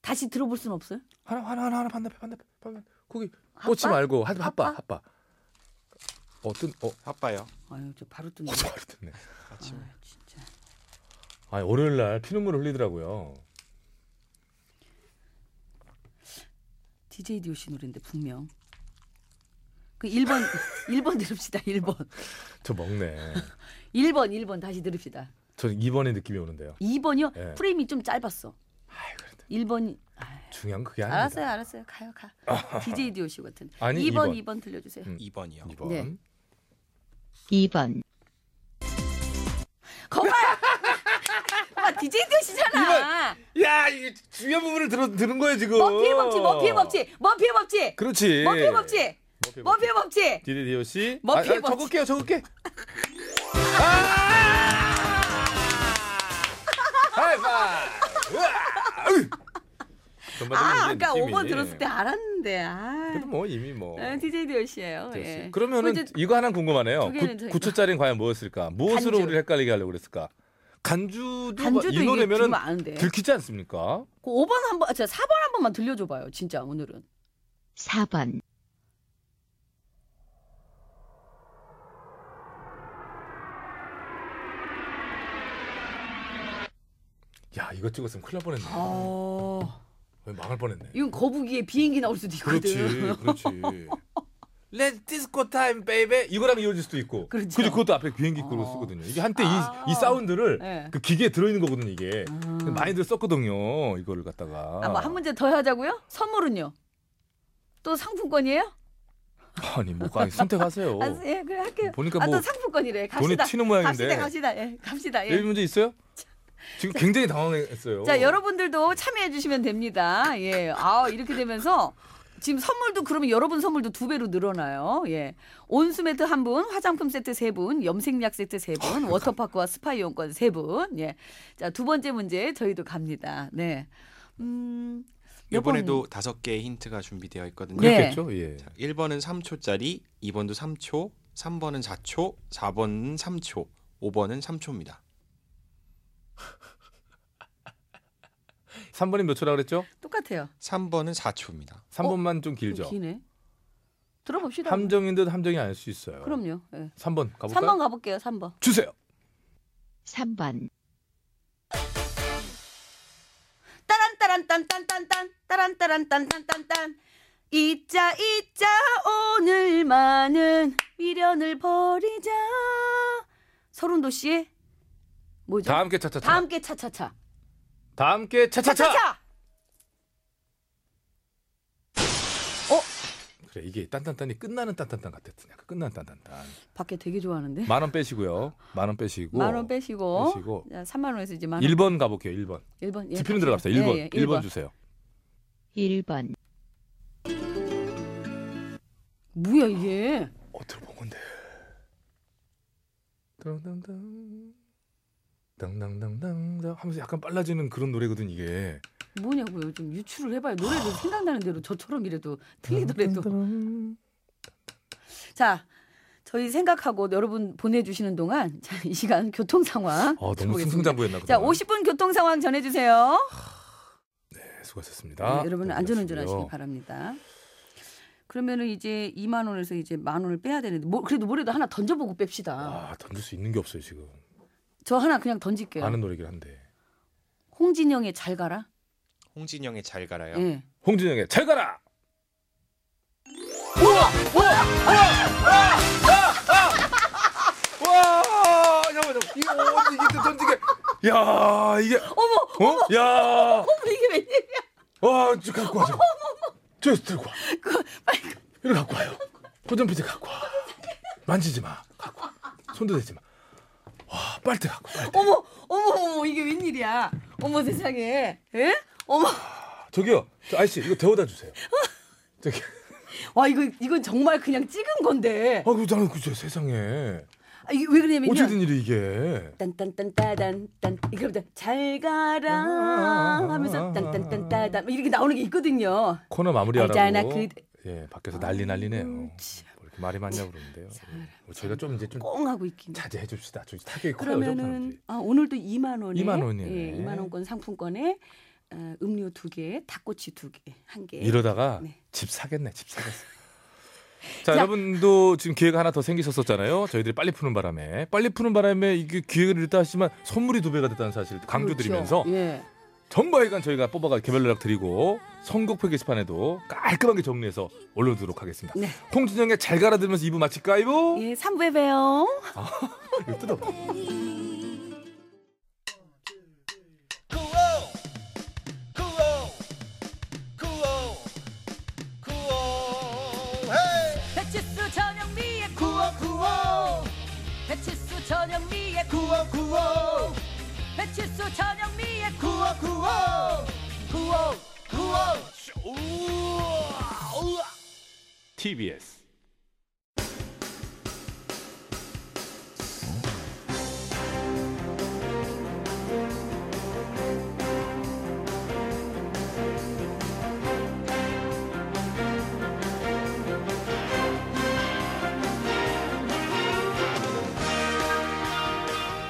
Speaker 4: 다시 들어볼 순 없어요?
Speaker 3: 하나 하나 하나 하나 반대편 반대편 반대편. 거기
Speaker 4: 핫바?
Speaker 3: 꽂지 말고 하, 핫바 핫바. 어떤 어
Speaker 10: 핫바요.
Speaker 4: 아유 저 바로 뜬네.
Speaker 3: 바로 뜬네. 아 월요일 날 피눈물 흘리더라고요.
Speaker 4: DJ 디오씨 노래인데 분명. 그 1번 1번 들읍시다. 1번.
Speaker 3: 저 먹네.
Speaker 4: 1번 1번 다시 들읍시다.
Speaker 3: 저 2번의 느낌이 오는데요.
Speaker 4: 2번이요?
Speaker 3: 예.
Speaker 4: 프레임이 좀 짧았어. 1번이
Speaker 3: 중요한 그게 아니에요.
Speaker 4: 알았어요, 알았어요. 가요, 가. DJ 디오씨 같은.
Speaker 3: 아니,
Speaker 4: 2번, 2번,
Speaker 3: 이번.
Speaker 4: 들려주세요.
Speaker 10: 2번이요.
Speaker 3: 2번.
Speaker 4: 네.
Speaker 1: 2번.
Speaker 4: 거봐. 아, DJ 디오씨잖아.
Speaker 3: 야, 이 중요한 부분을 들어 들은 거예요 지금.
Speaker 4: 머피의 법칙, 머피의 법칙, 머피의 법칙.
Speaker 3: 그렇지.
Speaker 4: 머피의 법칙.
Speaker 3: 어. 예. 머피의
Speaker 4: 머피의 법칙.
Speaker 3: 디디디오 씨.
Speaker 4: 머피의
Speaker 3: 아, 아,
Speaker 4: 법칙.
Speaker 3: 적을게요, 적을게. 아! 하이파이브.
Speaker 4: 아, 아까 5번 들었을 때 알았는데. 아.
Speaker 3: 그래도 뭐 이미 뭐.
Speaker 4: 아, DJ 디오씨예요. 예.
Speaker 3: 그러면은
Speaker 4: 그리고 이제
Speaker 3: 이거 하나 궁금하네요.
Speaker 4: 두 개는 저희가-
Speaker 3: 9초짜리는 과연 뭐였을까? 무엇으로
Speaker 4: 간주.
Speaker 3: 우리를 헷갈리게 하려고 그랬을까? 간주도
Speaker 4: 간주도
Speaker 3: 이
Speaker 4: 이게
Speaker 3: 노래면은
Speaker 4: 지금 아는데.
Speaker 3: 들키지 않습니까?
Speaker 4: 그 5번 한 번, 저 4번 한 번만 들려줘봐요. 진짜 오늘은.
Speaker 1: 4번.
Speaker 4: 예.
Speaker 3: 야 이거 찍었으면 큰일 날 뻔했네.
Speaker 4: 어,
Speaker 3: 거의 망할 뻔했네.
Speaker 4: 이건 거북이의 비행기 나올 수도 있거든.
Speaker 3: 아, 그렇지. Let's disco time, baby. 이거랑 이어질 수도 있고.
Speaker 4: 그렇죠. 아.
Speaker 3: 근데 그것도 앞에 비행기 꾸로 쓰거든요. 이게 한때 이, 이 사운드를
Speaker 4: 네. 음.
Speaker 3: 그 기계에 들어있는 거거든요, 이게. 많이들 썼거든요, 이거를 갖다가.
Speaker 4: 아, 뭐한 문제 더 하자고요? 선물은요? 또 상품권이에요?
Speaker 3: 아니, 뭐, 아니, 선택하세요.
Speaker 4: 아, 예, 그래 할게요.
Speaker 3: 보니까
Speaker 4: 아,
Speaker 3: 뭐
Speaker 4: 또 상품권이래.
Speaker 3: 돈이
Speaker 4: 갑시다.
Speaker 3: 튀는 모양인데.
Speaker 4: 갑시다, 갑시다. 예, 갑시다.
Speaker 3: 여기
Speaker 4: 예.
Speaker 3: 문제 있어요? 지금 굉장히 당황했어요.
Speaker 4: 자, 여러분들도 참여해 주시면 됩니다. 예. 아, 이렇게 되면서 지금 선물도 그러면 여러분 선물도 두 배로 늘어나요. 예. 온수 매트 한 분, 화장품 세트 세 분, 염색약 세트 세 분, 워터파크와 스파 이용권 세 분. 예. 자, 두 번째 문제 저희도 갑니다. 네. 음. 요번-
Speaker 10: 이번에도 다섯 개의 힌트가 준비되어 있거든요.
Speaker 4: 네. 그렇겠죠,
Speaker 3: 예.
Speaker 10: 자, 1번은 3초짜리, 2번도 3초, 3번은 4초, 4번은 3초, 5번은 3초입니다.
Speaker 3: 3번이 몇 초라 그랬죠?
Speaker 4: 똑같아요.
Speaker 10: 3번은 4초입니다.
Speaker 4: 어?
Speaker 3: 3번만 좀 길죠.
Speaker 4: 기네. 들어봅시다.
Speaker 3: 함정인 듯 함정이 아닐 수 있어요.
Speaker 4: 그럼요. 예.
Speaker 3: 3번 가볼까요?
Speaker 4: 3번 가볼게요. 3번.
Speaker 3: 주세요.
Speaker 1: 3번.
Speaker 4: 따란 따란 딴딴딴딴딴 따란따란딴딴딴딴 이자 이자 오늘만은 미련을 버리자 서른도 씨의 뭐죠?
Speaker 3: 다 함께 차차차.
Speaker 4: 다 함께 차차차
Speaker 3: 다 함께 차차차. 그래 이게 딴딴딴이 끝나는 딴딴딴 같았어. 약간 끝나는 딴딴딴.
Speaker 4: 밖에 되게 좋아하는데
Speaker 3: 만 원 빼시고요. 만 원 빼시고.
Speaker 4: 만 원 빼시고,
Speaker 3: 빼시고.
Speaker 4: 자, 3만 원에서 이제 만 원.
Speaker 3: 1번 가볼게요. 1번.
Speaker 4: 1번 예,
Speaker 3: 지피는
Speaker 4: 갑시다.
Speaker 3: 들어갑시다.
Speaker 4: 예,
Speaker 3: 1번.
Speaker 4: 예,
Speaker 3: 1번.
Speaker 4: 1번.
Speaker 3: 주세요.
Speaker 1: 1번.
Speaker 4: 뭐야 이게?
Speaker 3: 어 들어본 건데. 당당당. 당당당당 하면서 약간 빨라지는 그런 노래거든 이게.
Speaker 4: 뭐냐고요? 좀 유추를 해봐요. 노래를 생각나는 대로 저처럼
Speaker 3: 음,
Speaker 4: 이래도 틀리더라도. 자, 저희 생각하고 여러분 보내주시는 동안 자, 이 시간 교통 상황.
Speaker 3: 아 너무
Speaker 4: 짚어보겠습니다.
Speaker 3: 승승장구했나
Speaker 4: 자,
Speaker 3: 그동안.
Speaker 4: 50분 교통 상황 전해주세요.
Speaker 3: 네,
Speaker 4: 네,
Speaker 3: 수고하셨습니다.
Speaker 4: 여러분
Speaker 3: 네,
Speaker 4: 안전운전
Speaker 3: 수고하셨고요.
Speaker 4: 하시기 바랍니다. 그러면은 이제 2만 원에서 이제 만 원을 빼야 되는데 뭐, 그래도 뭐래도 하나 던져보고 뺍시다.
Speaker 3: 아 던질 수 있는 게 없어요 지금.
Speaker 4: 저 하나 그냥 던질게요.
Speaker 3: 아는 노래긴 한데.
Speaker 4: 홍진영의 잘 가라.
Speaker 10: 홍진영의 잘 가라요.
Speaker 4: 예.
Speaker 3: 홍진영의 잘 가라. 와, 잠깐만, 잠깐만. 이거 어디 이게 또 던지게? 야, 이게.
Speaker 4: 어머,
Speaker 3: 어? 야,
Speaker 4: 어머 이게 웬일이야?
Speaker 3: 와, 저 갖고 와. 저거. 저기서 들고 와.
Speaker 4: 그,
Speaker 3: 이거 갖고 와요. 고전피지 갖고 와. 만지지 마. 갖고 와. 손도 대지 마. 와, 빨대 갖고 와. 빨대.
Speaker 4: 어머, 어머, 어머 이게 웬일이야? 어머 세상에, 예? 어머,
Speaker 3: 저기요, 저 아저씨 이거 데워다 주세요.
Speaker 4: 어.
Speaker 3: 저기.
Speaker 4: 와 이거 이건 정말 그냥 찍은 건데.
Speaker 3: 아, 그 나는 그저 세상에.
Speaker 4: 아, 이게 왜
Speaker 3: 어찌
Speaker 4: 그러냐면요.
Speaker 3: 된 일이 이게?
Speaker 4: 딴딴딴따단 딴 이거보다 잘 가라 하면서 딴딴딴따단 뭐 이렇게 나오는 게 있거든요.
Speaker 3: 코너 마무리하라고.
Speaker 4: 알잖아, 그-
Speaker 3: 예, 밖에서 난리 난리네요.
Speaker 4: 음,
Speaker 3: 뭐 이렇게 말이 많냐 고 그러는데요. 뭐 저희가 좀 이제 좀
Speaker 4: 꽁 하고 있긴.
Speaker 3: 자제해 줍시다. 저 타격이 커요. 좀 사람들이.
Speaker 4: 그러면은 아, 오늘도 2만 원에
Speaker 3: 2만 원이네.
Speaker 4: 예, 2만 원권 상품권에 어, 음료 두 개, 닭꼬치 두 개, 한 개.
Speaker 3: 이러다가
Speaker 4: 네.
Speaker 3: 집 사겠네. 집 사겠어. 자, 여러분도 지금 기회가 하나 더 생기셨었잖아요. 저희들이 빨리 푸는 바람에 빨리 푸는 바람에 이게 기회를 잃다 하시지만 선물이 두 배가 됐다는 사실 강조드리면서
Speaker 4: 그렇죠. 예.
Speaker 3: 정보회관 저희가 뽑아가 개별 연락 드리고 선곡표 게시판에도 깔끔하게 정리해서 올려두도록 하겠습니다.
Speaker 4: 네.
Speaker 3: 홍진영의 잘 갈아 들으면서 2부 마칠까요?
Speaker 4: 예, 3부에 봬요.
Speaker 3: 이거 뜯어.
Speaker 13: 배치수 전영미의 구호 구호 배치수 전영미의 구호 구호 배치수 전영미의 구호 구호 구호 구호
Speaker 3: TBS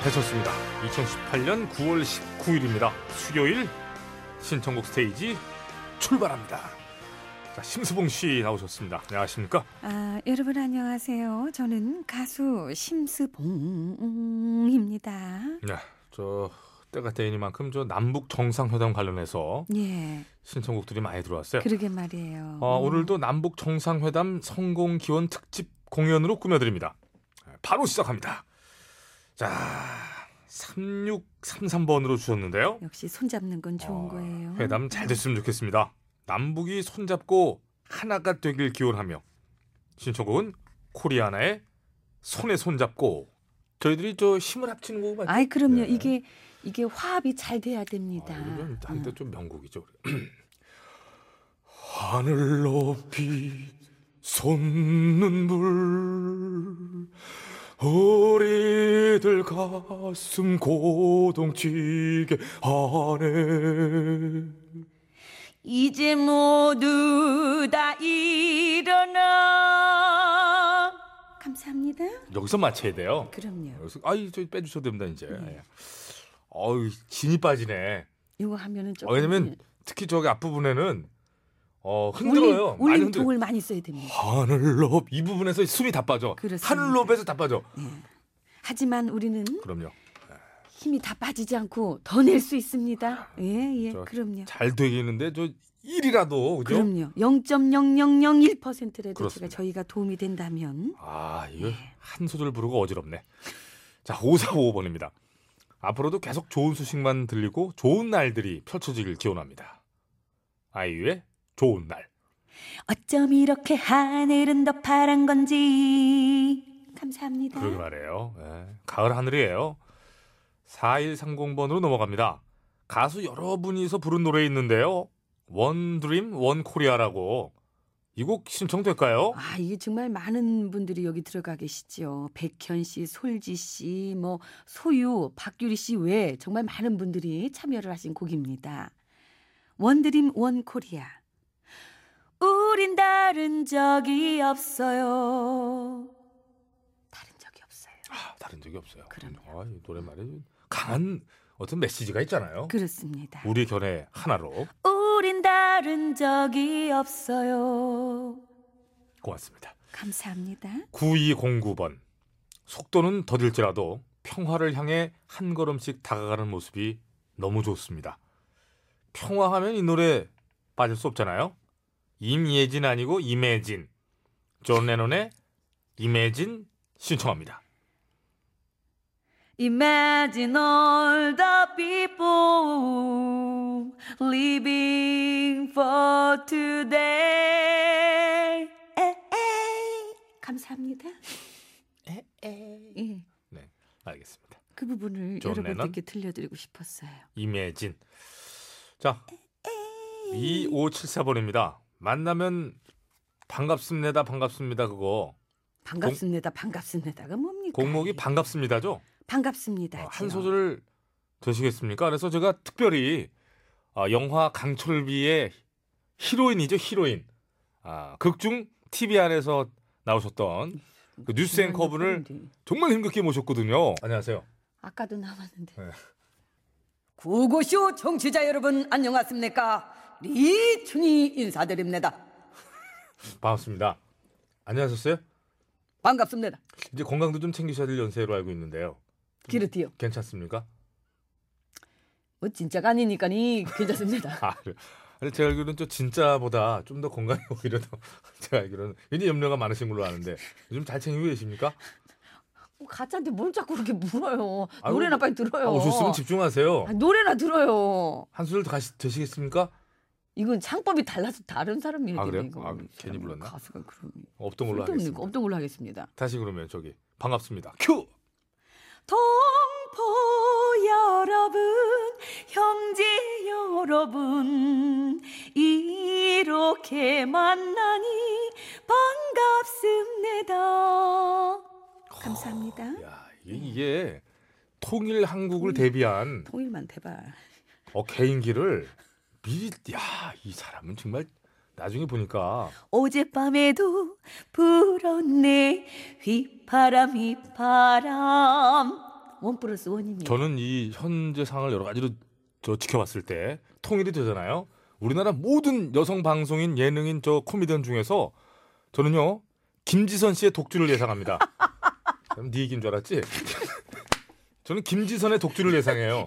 Speaker 3: 해쳤습니다. 2018년 9월 19일입니다. 수요일 신청곡 스테이지 출발합니다. 자, 심수봉 씨 나오셨습니다. 네, 안녕하십니까?
Speaker 12: 아, 여러분 안녕하세요. 저는 가수 심스봉입니다.
Speaker 3: 네, 저 때가 때이니만큼 저 남북 정상회담 관련해서
Speaker 12: 예,
Speaker 3: 신청곡들이 많이 들어왔어요.
Speaker 12: 그러게 말이에요.
Speaker 3: 어, 오늘도 남북 정상회담 성공 기원 특집 공연으로 꾸며드립니다. 네, 바로 시작합니다. 자, 3633번으로 주셨는데요.
Speaker 12: 역시 손잡는 건 좋은 거예요.
Speaker 3: 아, 어,
Speaker 12: 네.
Speaker 3: 회담 잘 됐으면 좋겠습니다. 남북이 손잡고 하나가 되길 기원하며 신청곡은 코리아나의 손에 손잡고 저희들이 저 힘을 합치는 곡 맞죠?
Speaker 12: 아이 그럼요.
Speaker 3: 네.
Speaker 12: 이게 이게 화합이 잘 돼야 됩니다.
Speaker 3: 아,
Speaker 12: 음.
Speaker 3: 이건 한때 좀 명곡이죠. 우리. 하늘 높이 손눈물 우리들 가슴 고동치게 하네
Speaker 4: 이제 모두 다 일어나.
Speaker 12: 감사합니다.
Speaker 3: 여기서 마쳐야 돼요.
Speaker 12: 그럼요.
Speaker 3: 여기서 아이 저 빼주셔도 됩니다 이제. 예. 어우 진이 빠지네.
Speaker 12: 이거 하면은
Speaker 3: 어,
Speaker 12: 조금
Speaker 3: 왜냐면 특히 저기 앞 부분에는 어 흔들어요. 많이
Speaker 12: 울림
Speaker 3: 흔들어요.
Speaker 12: 통을 많이 써야 됩니다.
Speaker 3: 하늘롭 이 부분에서 숨이 다 빠져.
Speaker 12: 그렇습니다.
Speaker 3: 하늘롭에서 다 빠져.
Speaker 12: 하지만 예. 우리는
Speaker 3: 그럼요.
Speaker 4: 힘이 다 빠지지 않고 더 낼 수 있습니다. 예, 예.
Speaker 3: 저-
Speaker 4: 그럼요.
Speaker 3: 잘 되겠는데 저 1이라도 그죠?
Speaker 4: 그럼요. 0.0001%라도 제가
Speaker 3: 그렇습니다.
Speaker 4: 저희가 도움이 된다면
Speaker 3: 아, 이거 한 소절 부르고 어지럽네. 자, 5455번입니다. 앞으로도 계속 좋은 소식만 들리고 좋은 날들이 펼쳐지길 기원합니다. 아이유의 좋은 날.
Speaker 12: 어쩜 이렇게 하늘은 더 파란 건지 감사합니다.
Speaker 3: 그러게 말이에요. 예, 가을 하늘이에요. 4130번으로 넘어갑니다. 가수 여러분이서 부른 노래 있는데요. 원드림 원코리아라고 이 곡 신청될까요?
Speaker 4: 아, 이게 정말 많은 분들이 여기 들어가 계시죠. 백현 씨, 솔지 씨, 뭐 소유, 박유리 씨 외에 정말 많은 분들이 참여를 하신 곡입니다. 원드림 원코리아.
Speaker 12: 우린 다른 적이 없어요.
Speaker 3: 아, 다른 적이 없어요. 아, 이 노랫말에 강한 어떤 메시지가 있잖아요.
Speaker 4: 그렇습니다.
Speaker 3: 우리 견해 하나로
Speaker 12: 우린 다른 적이 없어요.
Speaker 3: 고맙습니다.
Speaker 4: 감사합니다.
Speaker 3: 9209번. 속도는 더딜지라도 평화를 향해 한 걸음씩 다가가는 모습이 너무 좋습니다. 평화하면 이 노래 빠질 수 없잖아요. 임예진 아니고 임예진. 존 레논의 임예진 신청합니다.
Speaker 13: Imagine all the people living for today.
Speaker 4: 감사합니다. 예.
Speaker 3: 알겠습니다.
Speaker 4: 그 부분을
Speaker 3: 존 레넌?
Speaker 4: 여러분들께 들려드리고 싶었어요.
Speaker 3: 임예진. 자, 2574번입니다. 만나면 반갑습니다. 반갑습니다. 그거.
Speaker 4: 반갑습니다. 반갑습니다가 뭡니까? 예,
Speaker 3: 공목이 반갑습니다죠?
Speaker 4: 반갑습니다.
Speaker 3: 어, 한 소절 되시겠습니까? 그래서 제가 특별히 아, 영화 강철비의 히로인이죠 히로인 아, 극중 TV 안에서 나오셨던 그 뉴스
Speaker 4: 음,
Speaker 3: 앵커분을 정말 힘겹게 모셨거든요. 안녕하세요.
Speaker 4: 네. 아까도 나왔는데.
Speaker 3: 네.
Speaker 13: 구고쇼 청취자 여러분 안녕하십니까? 리춘이 인사드립니다.
Speaker 3: 반갑습니다. 안녕하셨어요?
Speaker 13: 반갑습니다.
Speaker 3: 이제 건강도 좀 챙기셔야 될 연세로 알고 있는데요.
Speaker 13: 기르티요.
Speaker 3: 괜찮습니까?
Speaker 13: 뭐 진짜가 아니니까니 괜찮습니다.
Speaker 3: 아, 그래요. 아니 제가 알기로는 저 진짜보다 좀 더 건강이 오히려 더 제가 알기로는 굉장히 염려가 많으신 걸로 아는데 요즘 잘 챙기고 계십니까?
Speaker 4: 어, 가짜한테 뭘 자꾸 그렇게 물어요.
Speaker 3: 아유,
Speaker 4: 노래나 빨리 들어요.
Speaker 3: 아, 오셨으면 집중하세요.
Speaker 4: 아, 노래나 들어요.
Speaker 3: 한 소절 더 가시, 되시겠습니까?
Speaker 4: 이건 창법이 달라서 다른 사람 얘기네
Speaker 3: 아 그래요?
Speaker 4: 이거.
Speaker 3: 아, 괜히 불렀나?
Speaker 4: 가수가 그럼
Speaker 3: 없던 걸로
Speaker 4: 쓸데없는
Speaker 3: 하겠습니다.
Speaker 4: 거 없던 걸로 하겠습니다.
Speaker 3: 다시 그러면 저기 반갑습니다. 큐.
Speaker 13: 동포 여러분, 형제 여러분, 이렇게 만나니 반갑습니다.
Speaker 4: 감사합니다.
Speaker 3: 이- 이게 통일 한국을 대비한
Speaker 4: 통일만 대발.
Speaker 3: 어, 개인기를 미리 야 이 사람은 정말 나중에 보니까
Speaker 13: 어젯밤에도 불었네 휘파람 휘파람
Speaker 4: 원 플러스 원이니.
Speaker 3: 예. 저는 이 현재 상황을 여러 가지로 저 지켜봤을 때 통일이 되잖아요. 우리나라 모든 여성 방송인 예능인 저 코미디언 중에서 저는요 김지선 씨의 독주를 예상합니다. 그럼 네 얘기인 줄 알았지? 저는 김지선의 독주를 예상해요.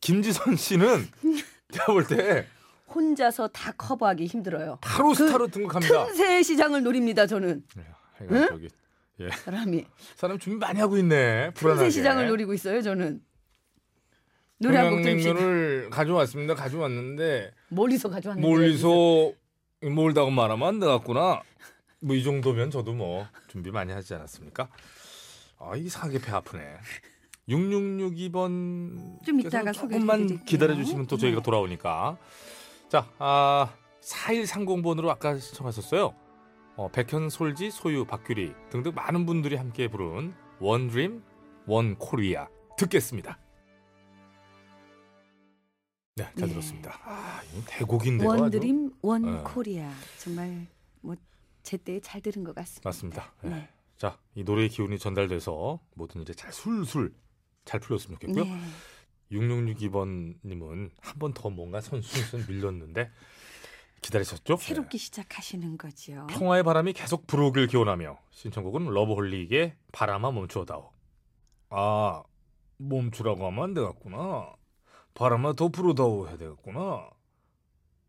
Speaker 3: 김지선 씨는 제가 볼 때
Speaker 4: 혼자서 다 커버하기 힘들어요.
Speaker 3: 바로 스타로 등극합니다. 네,
Speaker 4: 틈새 시장을 노립니다. 저는
Speaker 3: 하여간
Speaker 4: 응?
Speaker 3: 저기, 예.
Speaker 4: 사람이
Speaker 3: 사람 준비 많이 하고 있네. 불안하게.
Speaker 4: 틈새 시장을 노리고 있어요. 저는 노래 한 곡 들읍시다.
Speaker 3: 평양냉면을 가져왔습니다. 가져왔는데
Speaker 4: 멀리서 가져왔는데.
Speaker 3: 멀리서 몰다고 말하면 안 되겠구나. 뭐 이 정도면 저도 뭐 준비 많이 하지 않았습니까? 아 이상하게 배 아프네. 6662번
Speaker 4: 좀 이따가
Speaker 3: 조금만
Speaker 4: 소개해드릴게요. 네.
Speaker 3: 기다려 주시면 또 저희가 돌아오니까. 자, 아 4130번으로 아까 시청하셨어요. 어, 백현, 솔지, 소유, 박규리 등등 많은 분들이 함께 부른 원드림, 원코리아 듣겠습니다. 네, 잘 들었습니다. 아, 이건 대곡인데요. 아주.
Speaker 4: 원드림
Speaker 3: 네.
Speaker 4: 원코리아 정말 뭐 제 때에 잘 들은 것 같습니다.
Speaker 3: 맞습니다. 예.
Speaker 4: 네.
Speaker 3: 자, 이 노래의 기운이 전달돼서 모든 일이 잘 술술 잘 풀렸으면 좋겠고요.
Speaker 4: 네.
Speaker 3: 6662번님은 한 번 더 뭔가 선수는 밀렸는데 기다리셨죠?
Speaker 4: 새롭게 시작하시는 거지요.
Speaker 3: 네. 예. 평화의 바람이 계속 불어오길 기원하며 신청곡은 러브홀릭의 바람아 멈추어다오. 아, 멈추라고 하면 안 되겠구나. 바람아 더 불어다오 해야 되겠구나.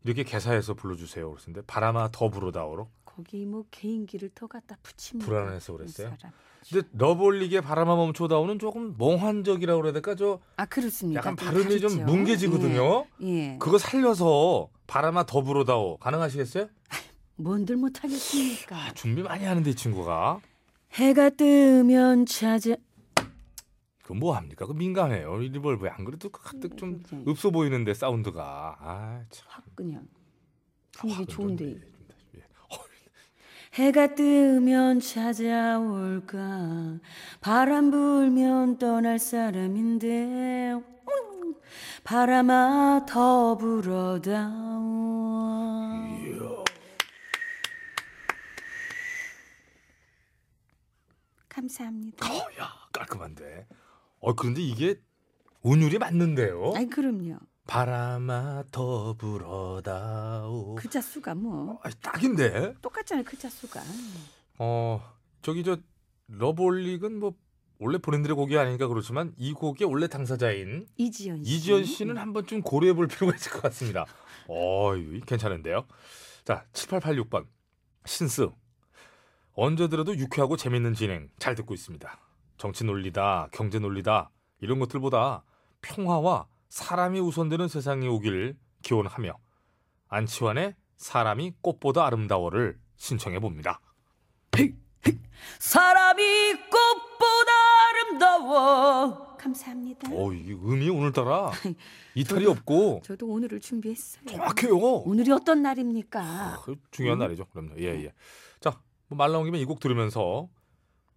Speaker 3: 이렇게 개사해서 불러주세요. 그랬는데 바람아 더 불어다오로
Speaker 4: 거기 뭐 개인기를 더 갖다 붙입니다.
Speaker 3: 불안해서 그랬어요.
Speaker 4: 이 사람.
Speaker 3: 근데 러블리게 바람아 멈춰다오는 조금 몽환적이라고 그래야 될까? 저
Speaker 4: 아 그렇습니다.
Speaker 3: 약간
Speaker 4: 또
Speaker 3: 발음이
Speaker 4: 다르죠.
Speaker 3: 좀 뭉개지거든요.
Speaker 4: 예. 예.
Speaker 3: 그거 살려서 바람아 더 불어다오 가능하시겠어요? 아,
Speaker 4: 뭔들 못하겠습니까?
Speaker 3: 준비 많이 하는데 이 친구가
Speaker 4: 해가 뜨면 찾아
Speaker 3: 그 뭐 합니까? 그 민감해요. 리볼브에 안 그래도 그
Speaker 4: 음,
Speaker 3: 가뜩 좀
Speaker 4: 그렇죠.
Speaker 3: 읍소 보이는데 사운드가 아 참.
Speaker 4: 그냥 분위기 좋은데.
Speaker 3: 예.
Speaker 4: 해가 뜨면 찾아올까 바람 불면 떠날 사람인데 음, 바람아 더 불어다오 감사합니다
Speaker 3: 어야 깔끔한데. 어 그런데 이게 운율이 맞는데요.
Speaker 4: 아이 그럼요
Speaker 3: 바람아 더 불어다오.
Speaker 4: 그
Speaker 3: 아,
Speaker 4: 글자 수가 뭐
Speaker 3: 딱인데.
Speaker 4: 똑같잖아요 그 글자 수가 네.
Speaker 3: 어 저기 저 러브올릭은 뭐 원래 본인들의 곡이 아니니까 그렇지만 이 곡의 원래 당사자인
Speaker 4: 이지연 씨
Speaker 3: 이지연 씨는 한 번쯤 고려해 볼 필요가 있을 것 같습니다. 어, 이거 괜찮은데요. 자, 7886번. 신스. 언제 들어도 유쾌하고 재밌는 진행 잘 듣고 있습니다. 정치 논리다, 경제 논리다 이런 것들보다 평화와 사람이 우선되는 세상이 오길 기원하며 안치환의 사람이 꽃보다 아름다워를 신청해 봅니다.
Speaker 13: 사람이 꽃보다 아름다워.
Speaker 4: 감사합니다
Speaker 3: 어, 이 음이 오늘따라 이탈이 없고
Speaker 4: 저도 오늘을 준비했어요
Speaker 3: 정확해요.
Speaker 4: 오늘이 어떤 날입니까
Speaker 3: 그 중요한
Speaker 4: 음.
Speaker 3: 날이죠. 그럼요. 예, 예. 자, 뭐말 나온 김에 이 곡 들으면서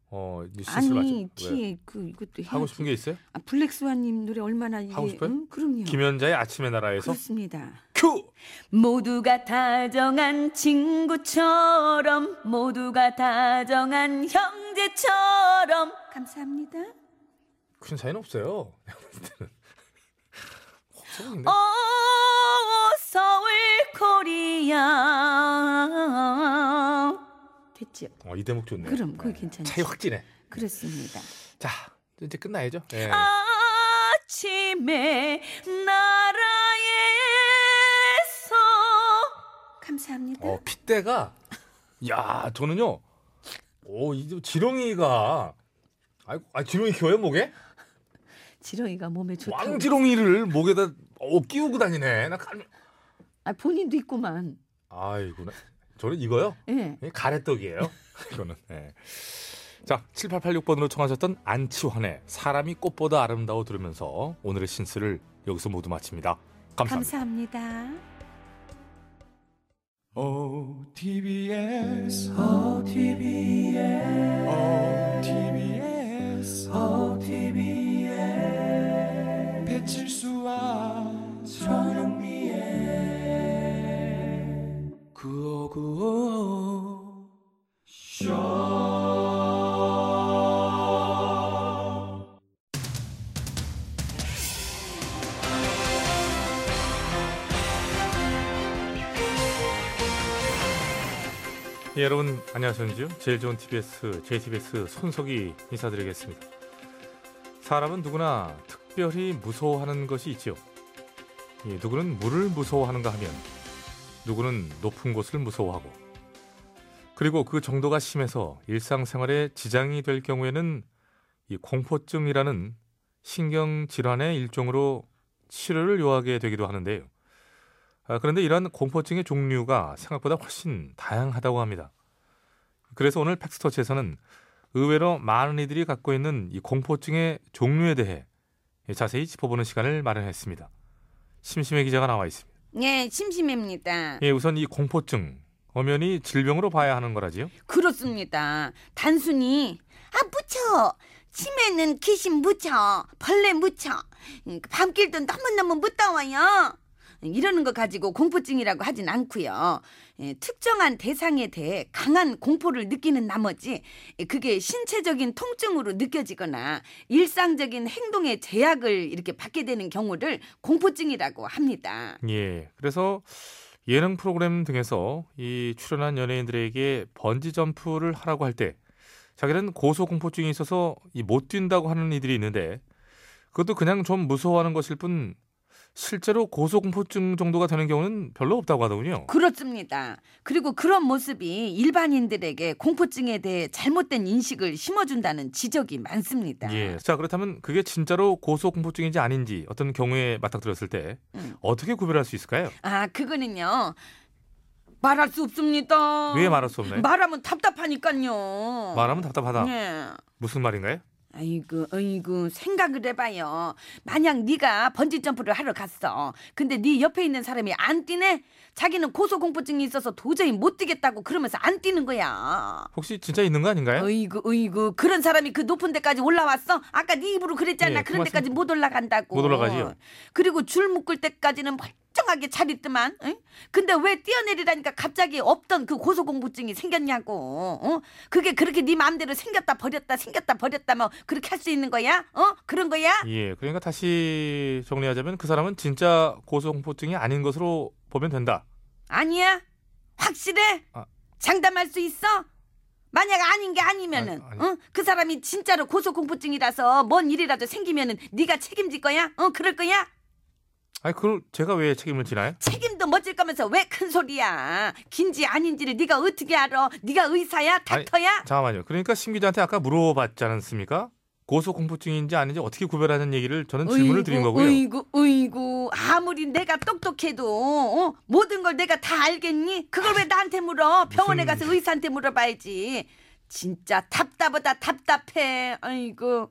Speaker 3: 어, 이제 시술
Speaker 4: 아니
Speaker 3: 맞죠? 왜?
Speaker 4: 뒤에 그 이것도 해야지.
Speaker 3: 하고 싶은 게 있어요?
Speaker 4: 아, 블랙스완님 노래 얼마나 이게
Speaker 3: 하고 싶어요?
Speaker 4: 음, 그럼요.
Speaker 3: 김연자의 아침의 나라에서
Speaker 4: 그렇습니다.
Speaker 3: 큐.
Speaker 13: 모두가 다정한 친구처럼 모두가 다정한 형제처럼
Speaker 4: 감사합니다.
Speaker 3: 큰 차이는 없어요. 내가 봤을 때는.
Speaker 4: 네.
Speaker 3: 없어요, 근데.
Speaker 13: 오 서울 코리아
Speaker 4: 됐죠.
Speaker 3: 어, 이 대목 좋네요.
Speaker 4: 그럼 그거 괜찮죠.
Speaker 3: 차이 확 지네.
Speaker 4: 그렇습니다.
Speaker 3: 자, 이제 끝나야죠. 예.
Speaker 4: 아,
Speaker 13: 아침에 나라에서
Speaker 4: 감사합니다.
Speaker 3: 어, 핏대가 야, 저는요. 오, 이 지렁이가 아이고, 아 지렁이 키워요, 목에?
Speaker 4: 지렁이가 몸에 좋다.
Speaker 3: 왕지렁이를 목에다 어, 끼우고 다니네. 나 깜...
Speaker 4: 아 본인도 있구만.
Speaker 3: 아이고, 나... 저는 이거요.
Speaker 4: 예.
Speaker 3: 예, 가래떡이에요. 이거는. 예. 자, 7886번으로 청하셨던 안치환의 사람이 꽃보다 아름다워 들으면서 오늘의 신스를 여기서 모두 마칩니다. 감사합니다.
Speaker 4: 감사합니다.
Speaker 11: OTBS, OTBS, OTBS, OTBS. 배칠수와 전영미의 구호구호 쇼.
Speaker 3: 예, 여러분 안녕하십니까? 제일 좋은 TBS, JTBS 손석희 인사드리겠습니다. 사람은 누구나 특별히 무서워하는 것이 있지요. 예, 누구는 물을 무서워하는가 하면 누구는 높은 곳을 무서워하고 그리고 그 정도가 심해서 일상생활에 지장이 될 경우에는 이 공포증이라는 신경 질환의 일종으로 치료를 요하게 되기도 하는데요. 아, 그런데 이러한 공포증의 종류가 생각보다 훨씬 다양하다고 합니다. 그래서 오늘 팩스터치에서는 의외로 많은 이들이 갖고 있는 이 공포증의 종류에 대해 자세히 짚어보는 시간을 마련했습니다. 심심해 기자가 나와 있습니다.
Speaker 12: 예, 심심합니다.
Speaker 3: 예, 우선 이 공포증 엄연히 질병으로 봐야 하는 거라지요.
Speaker 12: 그렇습니다. 단순히 아 무쳐 치매는 귀신 무쳐 벌레 무쳐 음, 그 밤길도 너무너무 무더워요. 이러는 거 가지고 공포증이라고 하진 않고요. 예, 특정한 대상에 대해 강한 공포를 느끼는 나머지 예, 그게 신체적인 통증으로 느껴지거나 일상적인 행동에 제약을 이렇게 받게 되는 경우를 공포증이라고 합니다.
Speaker 3: 예. 그래서 예능 프로그램 등에서 이 출연한 연예인들에게 번지 점프를 하라고 할 때 자기는 고소 공포증이 있어서 이 못 뛴다고 하는 이들이 있는데 그것도 그냥 좀 무서워하는 것일 뿐 실제로 고소공포증 정도가 되는 경우는 별로 없다고 하더군요.
Speaker 4: 그렇습니다. 그리고 그런 모습이 일반인들에게 공포증에 대해 잘못된 인식을 심어준다는 지적이 많습니다.
Speaker 3: 예. 자 그렇다면 그게 진짜로 고소공포증인지 아닌지 어떤 경우에 맞닥뜨렸을 때
Speaker 4: 음.
Speaker 3: 어떻게 구별할 수 있을까요?
Speaker 4: 아, 그거는요. 말할 수 없습니다.
Speaker 3: 왜 말할 수 없나요?
Speaker 4: 말하면 답답하니까요.
Speaker 3: 말하면 답답하다.
Speaker 4: 네.
Speaker 3: 무슨 말인가요?
Speaker 4: 아이고, 아이고, 생각을 해봐요. 만약 네가 번지 점프를 하러 갔어. 근데 네 옆에 있는 사람이 안 뛰네. 자기는 고소공포증이 있어서 도저히 못 뛰겠다고 그러면서 안 뛰는 거야.
Speaker 3: 혹시 진짜 있는 거 아닌가요?
Speaker 4: 어이구, 어이구, 그런 사람이 그 높은 데까지 올라왔어? 아까 네 입으로 그랬잖아.
Speaker 3: 예,
Speaker 4: 그런
Speaker 3: 고맙습니다.
Speaker 4: 데까지 못 올라간다고.
Speaker 3: 못 올라가지요.
Speaker 4: 그리고 줄 묶을 때까지는 멀쩡하게 잘 있더만. 응? 근데 왜 뛰어내리라니까 갑자기 없던 그 고소공포증이 생겼냐고. 어? 그게 그렇게 네 마음대로 생겼다 버렸다 생겼다 버렸다 뭐 그렇게 할 수 있는 거야? 어? 그런 거야?
Speaker 3: 예. 그러니까 다시 정리하자면 그 사람은 진짜 고소공포증이 아닌 것으로 보면 된다.
Speaker 4: 아니야? 확실해?
Speaker 3: 아.
Speaker 4: 장담할 수 있어? 만약 아닌 게 아니면은 응? 그 사람이 진짜로 고소공포증이라서 뭔 일이라도 생기면은 네가 책임질 거야? 어 그럴 거야?
Speaker 3: 아니 그걸 제가 왜 책임을 지나요?
Speaker 4: 책임도 못 질 거면서 왜 큰 소리야? 긴지 아닌지를 네가 어떻게 알아? 네가 의사야?
Speaker 3: 아니,
Speaker 4: 닥터야?
Speaker 3: 잠깐만요. 그러니까 심 기자한테 아까 물어봤지 않습니까? 고소공포증인지 아닌지 어떻게 구별하는 얘기를 저는 질문을 드린 거고요.
Speaker 4: 어이구, 어이구. 아무리 내가 똑똑해도 어? 모든 걸 내가 다 알겠니? 그걸 왜 나한테 물어? 병원에 가서 의사한테 물어봐야지. 진짜 답답하다 답답해. 아이고.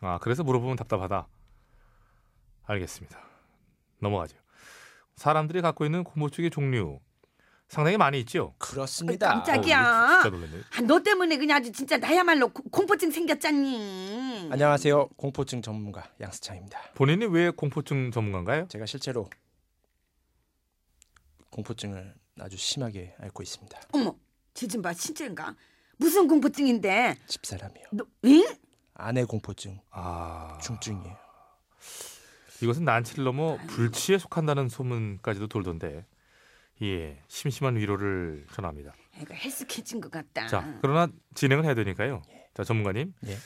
Speaker 3: 아 그래서 물어보면 답답하다. 알겠습니다. 넘어가죠. 사람들이 갖고 있는 공포증의 종류 상당히 많이 있죠.
Speaker 10: 그렇습니다.
Speaker 4: 어, 깜짝이야.
Speaker 3: 진짜 놀랐네.
Speaker 4: 아, 너 때문에 그냥 아주 진짜 나야말로 고- 공포증 생겼잖니.
Speaker 10: 안녕하세요. 공포증 전문가 양수창입니다.
Speaker 3: 본인이 왜 공포증 전문가인가요?
Speaker 10: 제가 실제로 공포증을 아주 심하게 앓고 있습니다.
Speaker 4: 어머, 쟤좀 봐. 진짜인가? 무슨 공포증인데?
Speaker 10: 집사람이요.
Speaker 4: 너, 응?
Speaker 10: 아내 공포증.
Speaker 3: 중증이에요. 이것은 난치를 넘어 불치에 속한다는 소문까지도 돌던데, 예 심심한 위로를 전합니다.
Speaker 4: 이거 헬스케진 것 같다.
Speaker 3: 자, 그러나 진행을 해야 되니까요. 자, 전문가님.
Speaker 10: 예.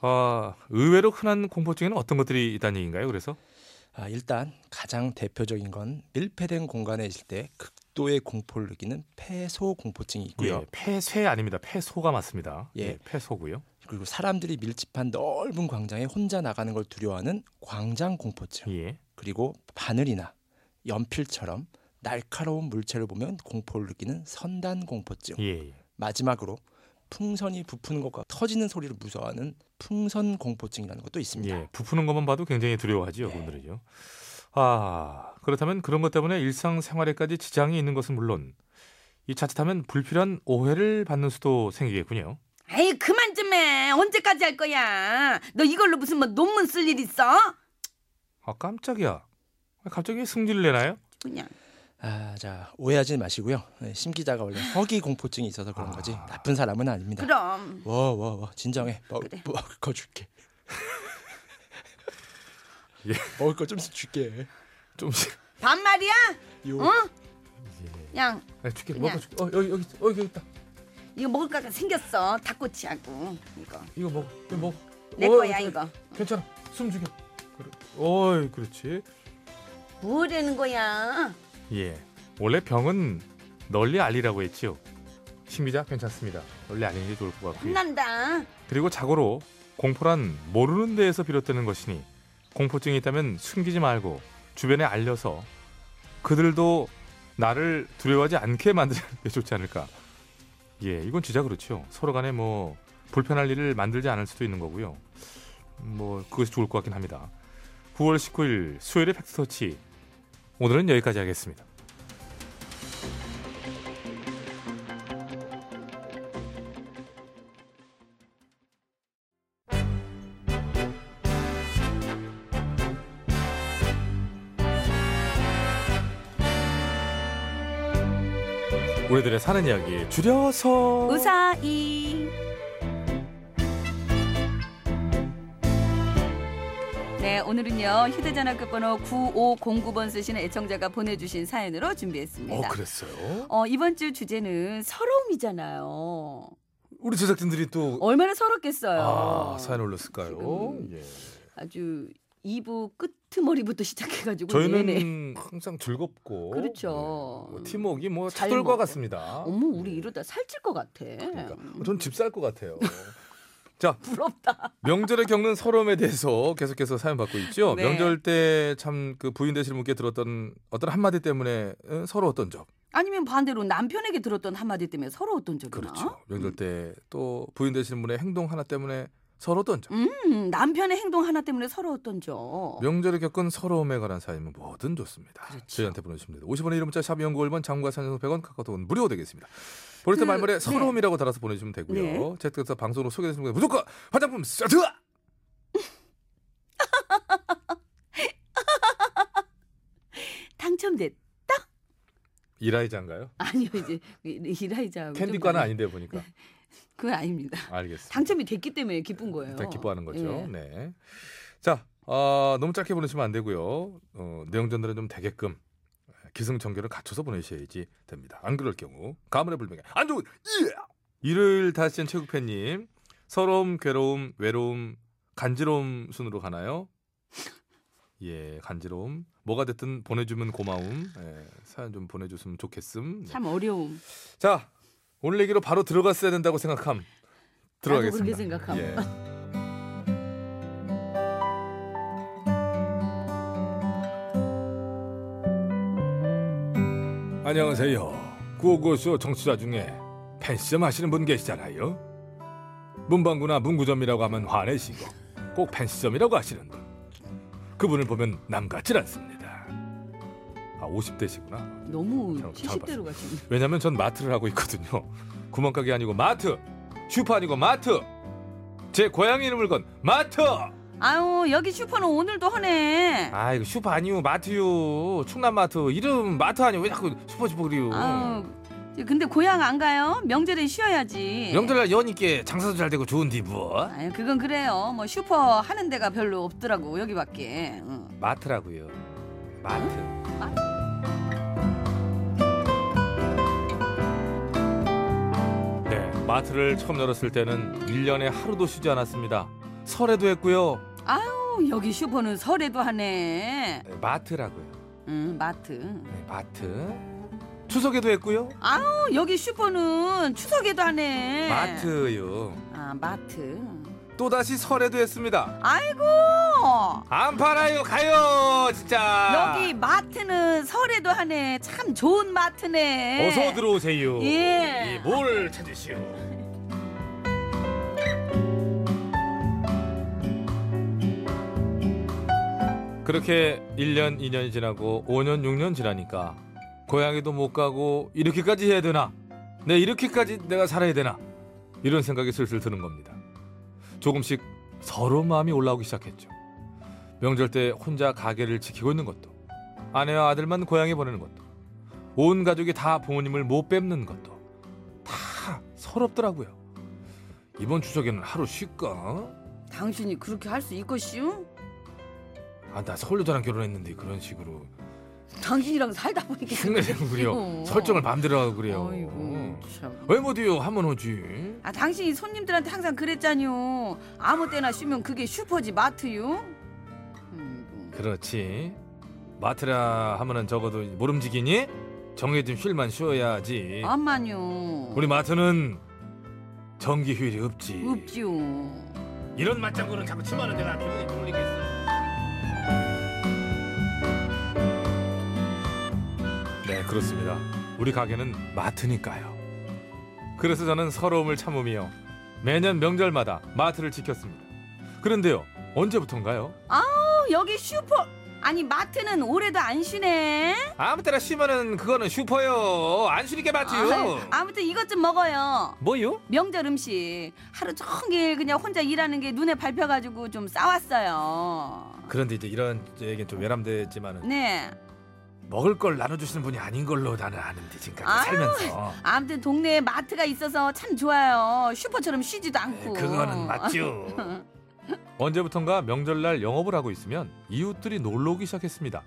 Speaker 3: 아, 의외로 흔한 공포증에는 어떤 것들이 있다는 얘기인가요? 그래서
Speaker 10: 아, 일단 가장 대표적인 건 밀폐된 공간에 있을 때 극도의 공포를 느끼는 폐소 공포증이 있고요.
Speaker 3: 예, 폐쇄 아닙니다. 폐소가 맞습니다.
Speaker 10: 예.
Speaker 3: 예, 폐소고요.
Speaker 10: 그리고 사람들이 밀집한 넓은 광장에 혼자 나가는 걸 두려워하는 광장
Speaker 3: 예.
Speaker 10: 공포증. 그리고 바늘이나 연필처럼 날카로운 물체를 보면 공포를 느끼는 선단
Speaker 3: 예.
Speaker 10: 공포증. 마지막으로 풍선이 부푸는 것과 터지는 소리를 무서워하는 풍선 공포증이라는 것도 있습니다. 예.
Speaker 3: 예, 부푸는 것만 봐도 굉장히 두려워하지요, 그분들은요. 아, 그렇다면 그런 것 때문에 일상 생활에까지 지장이 있는 것은 물론 이 자칫하면 불필요한 오해를 받는 수도 생기겠군요.
Speaker 4: 에이 그만 좀 해. 언제까지 할 거야? 너 이걸로 무슨 뭐 논문 쓸 일 있어?
Speaker 3: 아, 깜짝이야. 갑자기 승질 내나요?
Speaker 4: 그냥.
Speaker 10: 아, 자 오해하지 마시고요. 네, 심 기자가 원래 허기 공포증이 있어서 그런 거지
Speaker 3: 아.
Speaker 10: 나쁜 사람은 아닙니다.
Speaker 4: 그럼.
Speaker 10: 워워워 진정해. 먹, 먹을 거 줄게. 먹을 거 좀씩 줄게.
Speaker 3: 좀씩.
Speaker 4: 반말이야?
Speaker 10: 요.
Speaker 4: 어? 그냥
Speaker 3: 아, 줄게
Speaker 4: 그냥.
Speaker 3: 먹어 줄게. 어, 여기 여기 어, 여기 있다.
Speaker 4: 이거 먹을 거가 생겼어. 닭꼬치하고 이거.
Speaker 3: 이거 먹어. 이거 먹어.
Speaker 4: 내
Speaker 3: 어,
Speaker 4: 거야
Speaker 3: 저-
Speaker 4: 이거.
Speaker 3: 괜찮아. 숨 죽여. 그래. 어이, 그렇지.
Speaker 4: 뭐라는 거야?
Speaker 3: 예. 원래 병은 널리 알리라고 했지요. 심리자 괜찮습니다. 널리 알리는 게 좋을 것 같고요.
Speaker 4: 혼난다.
Speaker 3: 그리고 자고로 공포란 모르는 데에서 비롯되는 것이니 공포증이 있다면 숨기지 말고 주변에 알려서 그들도 나를 두려워하지 않게 만드는 게 좋지 않을까. 예, 이건 진짜 그렇죠. 서로 간에 뭐 불편할 일을 만들지 않을 수도 있는 거고요. 뭐 그것이 좋을 것 같긴 합니다. 9월 19일 수요일의 팩트터치 오늘은 여기까지 하겠습니다. 우리들의 사는 이야기 줄여서
Speaker 14: 우사이. 네, 오늘은요. 휴대전화 끝번호 9509번 쓰시는 애청자가 보내주신 사연으로 준비했습니다.
Speaker 15: 그랬어요?
Speaker 14: 어, 이번 주 주제는 서러움이잖아요.
Speaker 15: 우리 제작진들이 또
Speaker 3: 아,
Speaker 14: 얼마나 서럽겠어요.
Speaker 15: 아, 사연 올렸을까요? 예.
Speaker 14: 아주
Speaker 4: 2부 끝머리부터 시작해가지고
Speaker 3: 저희는
Speaker 4: 내내.
Speaker 3: 항상 즐겁고
Speaker 4: 그렇죠.
Speaker 3: 뭐 팀워크가 뭐
Speaker 4: 잘
Speaker 3: 차돌과
Speaker 4: 먹고.
Speaker 3: 같습니다. 예, 그러니까.
Speaker 4: 어머 우리 이러다 살찔 것 같아.
Speaker 3: 전 집 살 것 같아요. 자, 명절에 겪는 서러움에 대해서 계속해서 사연 받고 있죠.
Speaker 4: 네.
Speaker 3: 명절 때 참 그 부인 되시는 분께 들었던 어떤 한마디 때문에 어, 서러웠던 점,
Speaker 4: 아니면 반대로 남편에게 들었던 한마디 때문에 서러웠던 적이나.
Speaker 3: 그렇죠.
Speaker 4: 음.
Speaker 3: 명절 때 또 부인 되시는 분의 행동 하나 때문에 서러웠던 점,
Speaker 4: 음 남편의 행동 하나 때문에 서러웠던 적.
Speaker 3: 명절에 겪은 서러움에 관한 사연은 뭐든 좋습니다.
Speaker 4: 그렇죠.
Speaker 3: 저희한테 보내주시면 됩니다. 50원의 이름 문자 샵 연구일번 장과 산성 100원 카카오톡은 무료 되겠습니다. 보낼 때
Speaker 4: 그,
Speaker 3: 말머리에
Speaker 4: 네.
Speaker 3: 서러움이라고 달아서 보내주시면 되고요.
Speaker 4: 네.
Speaker 3: 채택해서 방송으로 소개되시는 분들 무조건 화장품 세트!
Speaker 4: 당첨됐.
Speaker 3: 이라이자인가요?
Speaker 4: 아니요 이제 이라이자.
Speaker 3: 캔디과는 아닌데 보니까.
Speaker 4: 그건 아닙니다.
Speaker 3: 알겠습니다.
Speaker 4: 네. 당첨이 됐기 때문에 기쁜 거예요.
Speaker 3: 일단 기뻐하는 거죠.
Speaker 4: 예.
Speaker 3: 네. 자, 아, 너무 짧게 보내시면 안 되고요. 어, 내용 전달은 좀 되게끔 기승전결을 갖춰서 보내셔야지 됩니다. 안 그럴 경우 가문의 불명예 안 좋은 예! 일요일 다시는 최국팬님 서러움, 괴로움, 외로움, 간지러움 순으로 가나요? 예, 간지러움. 뭐가 됐든 보내주면 고마움. 예, 사연 좀 보내줬으면 좋겠음. 네.
Speaker 4: 참 어려움.
Speaker 3: 자, 오늘 얘기로 바로 들어갔어야 된다고 생각함. 들어가겠습니다.
Speaker 4: 그렇게 생각함.
Speaker 3: 예. 안녕하세요. 구호고쇼 정치자 중에 팬시점 하시는 분 계시잖아요. 문방구나 문구점이라고 하면 화내시고 꼭 팬시점이라고 하시는 분. 그분을 보면 남 같질 않습니다. 아 50대시구나.
Speaker 4: 너무
Speaker 3: 잘
Speaker 4: 70대로 가시네.
Speaker 3: 왜냐면 전 마트를 하고 있거든요. 구멍가게 아니고 마트, 슈퍼 아니고 마트. 제 고향 이름을 건 마트.
Speaker 4: 아유 여기 슈퍼는 오늘도 하네.
Speaker 3: 아 이거 슈퍼 아니요 마트요. 충남 마트 이름 마트 아니요. 왜 자꾸 슈퍼 슈퍼 그리요.
Speaker 4: 아유 근데 고향 안 가요? 명절에 쉬어야지.
Speaker 3: 명절날 여니께 장사도 잘 되고 좋은디 뭐.
Speaker 4: 아유 그건 그래요. 뭐 슈퍼 하는 데가 별로 없더라고 여기밖에. 응.
Speaker 3: 마트라고요. 마트. 네, 마트를 처음 열었을 때는 1년에 하루도 쉬지 않았습니다. 설에도 했고요.
Speaker 4: 아유 어, 여기 슈퍼는 설에도 하네.
Speaker 3: 네, 마트라고요.
Speaker 4: 응 마트.
Speaker 3: 네, 마트. 추석에도 했고요.
Speaker 4: 아유 어, 여기 슈퍼는 추석에도 하네.
Speaker 3: 마트요.
Speaker 4: 아 마트.
Speaker 3: 또다시 설에도 했습니다.
Speaker 4: 아이고
Speaker 3: 안 팔아요. 가요. 진짜.
Speaker 4: 여기 마트는 설에도 하네. 참 좋은 마트네.
Speaker 3: 어서 들어오세요.
Speaker 4: 예.
Speaker 3: 예, 뭘 찾으시오? 그렇게 1년, 2년이 지나고 5년, 6년 지나니까 고향에도 못 가고 이렇게까지 해야 되나? 내 이렇게까지 내가 살아야 되나? 이런 생각이 슬슬 드는 겁니다. 조금씩 서러운 마음이 올라오기 시작했죠. 명절 때 혼자 가게를 지키고 있는 것도 아내와 아들만 고향에 보내는 것도 온 가족이 다 부모님을 못 뵙는 것도 다 서럽더라고요. 이번 추석에는 하루 쉴까?
Speaker 4: 당신이 그렇게 할 수 있겠슈?
Speaker 3: 아, 나 서울 여자랑 결혼했는데 그런 식으로
Speaker 4: 당신이랑 살다 보니까
Speaker 3: 흉내내고 그래요. 네, 설정을 마음대로 하고 그래요. 왜 못해요? 하면 오지.
Speaker 4: 아 당신이 손님들한테 항상 그랬잖요. 아무 때나 쉬면 그게 슈퍼지 마트요.
Speaker 3: 그렇지. 마트라 하면은 적어도 모름지기니 정해진 휴일만 쉬어야지.
Speaker 4: 암만요.
Speaker 3: 우리 마트는 정기 휴일이 없지.
Speaker 4: 없지요. 어,
Speaker 3: 이런 맞장구는 자꾸 치마는 내가 기분이 돌리겠어. 네, 그렇습니다. 우리 가게는 마트니까요. 그래서 저는 서러움을 참으며 매년 명절마다 마트를 지켰습니다. 그런데요, 언제부턴가요?
Speaker 4: 아우 여기 슈퍼 아니 마트는 올해도 안 쉬네.
Speaker 3: 아무 때나 쉬면은 그거는 슈퍼요. 안 쉬니까
Speaker 4: 아유, 아무튼 이것 좀 먹어요.
Speaker 3: 뭐요?
Speaker 4: 명절 음식 하루 종일 그냥 혼자 일하는 게 눈에 밟혀가지고 좀 싸웠어요.
Speaker 3: 그런데 이제 이런 얘기는 좀 외람되지만은
Speaker 4: 네.
Speaker 3: 먹을 걸 나눠주시는 분이 아닌 걸로 나는 아는데 지금까지
Speaker 4: 아유,
Speaker 3: 살면서.
Speaker 4: 아무튼 동네에 마트가 있어서 참 좋아요. 슈퍼처럼 쉬지도 않고.
Speaker 3: 네, 예, 그거는 맞죠. 언제부턴가 명절날 영업을 하고 있으면 이웃들이 놀러 오기 시작했습니다.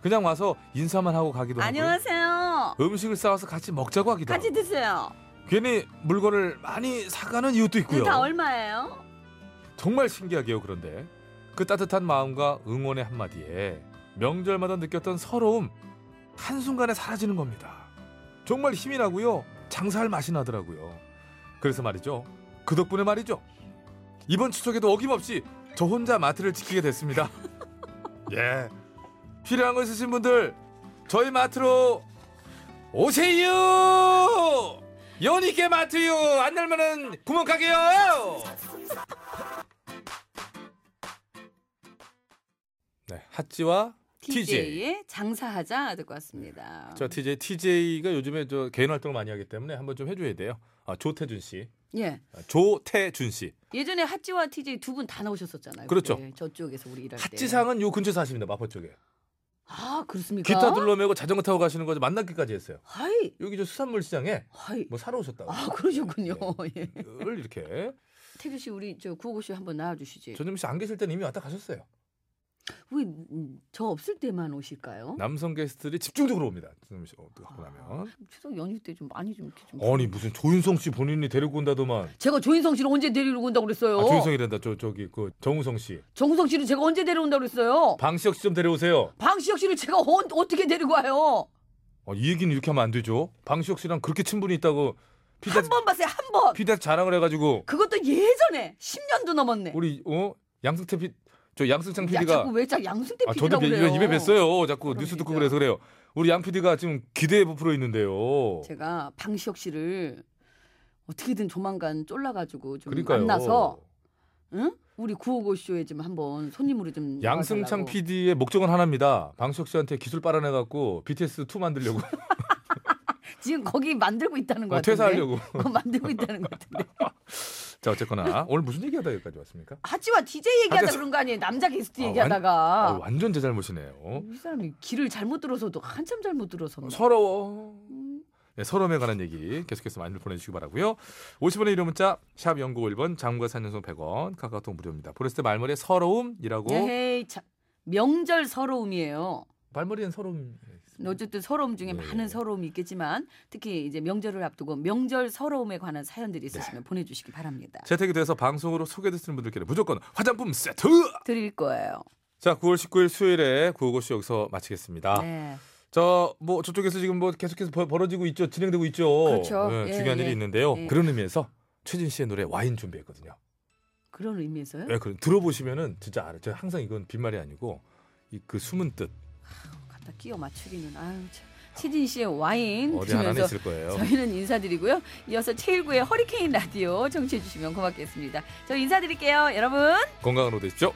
Speaker 3: 그냥 와서 인사만 하고 가기도 하고
Speaker 4: 안녕하세요.
Speaker 3: 음식을 싸와서 같이 먹자고 하기도 하고
Speaker 4: 같이 드세요. 네,
Speaker 3: 괜히 물건을 많이 사가는 이웃도 있고요.
Speaker 4: 그다 얼마예요?
Speaker 3: 정말 신기하게요. 그런데 그 따뜻한 마음과 응원의 한마디에 명절마다 느꼈던 서러움 한순간에 사라지는 겁니다. 정말 힘이 나고요. 장사할 맛이 나더라고요. 그래서 말이죠. 그 덕분에 말이죠. 이번 추석에도 어김없이 저 혼자 마트를 지키게 됐습니다. 예. 필요한 거 있으신 분들 저희 마트로 오세요. 연희께 마트요. 안 열면은 구멍 가게요. 네, 핫지와 TJ.
Speaker 4: TJ의 장사하자 듣고 왔습니다.
Speaker 3: 저 TJ TJ가 요즘에 저 개인 활동을 많이 하기 때문에 한번 좀 해줘야 돼요. 아 조태준 씨,
Speaker 4: 예.
Speaker 3: 아, 조태준 씨.
Speaker 4: 예전에 핫지와 TJ 두 분 다 나오셨었잖아요.
Speaker 3: 그렇죠.
Speaker 4: 그때 저쪽에서 우리 일할 때.
Speaker 3: 핫지상은 요 근처 사십니다. 마포 쪽에.
Speaker 4: 그러니까? 아, 그렇습니까?
Speaker 3: 기타 둘러매고 자전거 타고 가시는 거죠. 만나기까지 했어요.
Speaker 4: 하이.
Speaker 3: 여기 저 수산물 시장에
Speaker 4: 하이.
Speaker 3: 뭐 사러 오셨다고.
Speaker 4: 아, 그러셨군요. 예.
Speaker 3: 늘 이렇게
Speaker 4: 태규 씨 우리 저 구호고 씨 한번 나와 주시지.
Speaker 3: 전현무 씨 안 계실 때는 이미 왔다 가셨어요.
Speaker 4: 왜저 없을 때만 오실까요?
Speaker 3: 남성 게스트들이 집중적으로 옵니다. 전현무 씨 어, 갖고
Speaker 4: 아,
Speaker 3: 나면.
Speaker 4: 추석 연휴 때 좀 많이 좀 이렇게 좀
Speaker 3: 아니 무슨 조윤성 씨 본인이 데리고 온다더만.
Speaker 4: 제가 조인성 씨를 언제 데리러 온다고 그랬어요?
Speaker 3: 아, 조윤성이란다. 저 저기 그 정우성 씨,
Speaker 4: 정우성 씨를 제가 언제 데려온다고 그랬어요?
Speaker 3: 방시혁 씨 좀 데려오세요.
Speaker 4: 방시혁 씨를 제가 언, 어떻게 데리고 와요?
Speaker 3: 아, 이 얘기는 이렇게 하면 안 되죠. 방시혁 씨랑 그렇게 친분이 있다고 피자
Speaker 4: 한 번 봤어요, 한 번.
Speaker 3: 피자 자랑을 해가지고
Speaker 4: 그것도 예전에 10년도 넘었네.
Speaker 3: 우리 어 양승태 피, 저 양승창
Speaker 4: 야,
Speaker 3: PD가
Speaker 4: 자꾸 왜 자 양승태
Speaker 3: 아,
Speaker 4: PD라고
Speaker 3: 저도
Speaker 4: 그래요? 그러니까.
Speaker 3: 입에 뱄어요. 자꾸 뉴스 듣고 그래서 그래요. 우리 양 PD가 지금 기대에 부풀어 있는데요.
Speaker 4: 제가 방시혁 씨를 어떻게든 조만간 쫄라가지고 좀
Speaker 3: 그러니까요.
Speaker 4: 만나서 응? 우리 구호고 쇼에 좀 한번 손님으로 좀
Speaker 3: 양승창
Speaker 4: 나와달라고.
Speaker 3: PD의 목적은 하나입니다. 방시혁 씨한테 기술 빨아내갖고 BTS 2 만들려고
Speaker 4: 지금 거기 만들고 있다는 거
Speaker 3: 어,
Speaker 4: 같은데
Speaker 3: 퇴사하려고.
Speaker 4: 그거 만들고 있다는 거 같은데
Speaker 3: 자 어쨌거나 오늘 무슨 얘기하다 여기까지 왔습니까?
Speaker 4: 하지와 DJ 얘기하다
Speaker 3: 하지-
Speaker 4: 그런 거 아니에요 남자 게스트
Speaker 3: 아,
Speaker 4: 얘기하다가
Speaker 3: 완, 아, 완전 제 잘못이네요.
Speaker 4: 이 사람이 길을 잘못 들어서도 한참 잘못 들어서
Speaker 3: 서러워. 네, 서러움에 관한 얘기 계속해서 많이 보내주시기 바라고요. 50원의 이름 문자 샵 0951번 장과 산연송 100원 카카오톡 무료입니다. 보냈을 때 말머리에 서러움이라고
Speaker 4: 에이 참 예, 명절 서러움이에요.
Speaker 3: 말머리엔 서러움.
Speaker 4: 어쨌든 서러움 중에 많은 서러움이 있겠지만 특히 이제 명절을 앞두고 명절 서러움에 관한 사연들이 있으시면 보내주시기 바랍니다.
Speaker 3: 채택이 돼서 방송으로 소개되시는 분들께는 무조건 화장품 세트!
Speaker 4: 드릴 거예요.
Speaker 3: 자 9월 19일 수요일에 구호고쇼 여기서 마치겠습니다.
Speaker 4: 네.
Speaker 3: 저 뭐 저쪽에서 지금 뭐 계속해서 벌- 벌어지고 있죠. 진행되고 있죠.
Speaker 4: 그렇죠.
Speaker 3: 네,
Speaker 4: 예,
Speaker 3: 중요한
Speaker 4: 예.
Speaker 3: 일이 있는데요.
Speaker 4: 예.
Speaker 3: 그런 의미에서 최진 씨의 노래 와인 준비했거든요.
Speaker 4: 그런 의미에서요?
Speaker 3: 예, 그럼 들어보시면은 진짜 알아요. 제가 항상 이건 빈말이 아니고 이 그 숨은 뜻.
Speaker 4: 갖다 끼워 맞추기는 아유 참. 최진 씨의 와인
Speaker 3: 어디 하나는
Speaker 4: 드시면서
Speaker 3: 있을 거예요.
Speaker 4: 저희는 인사드리고요. 이어서 최일구의 허리케인 라디오 청취해 주시면 고맙겠습니다. 저 인사드릴게요. 여러분.
Speaker 3: 건강으로 되십시오.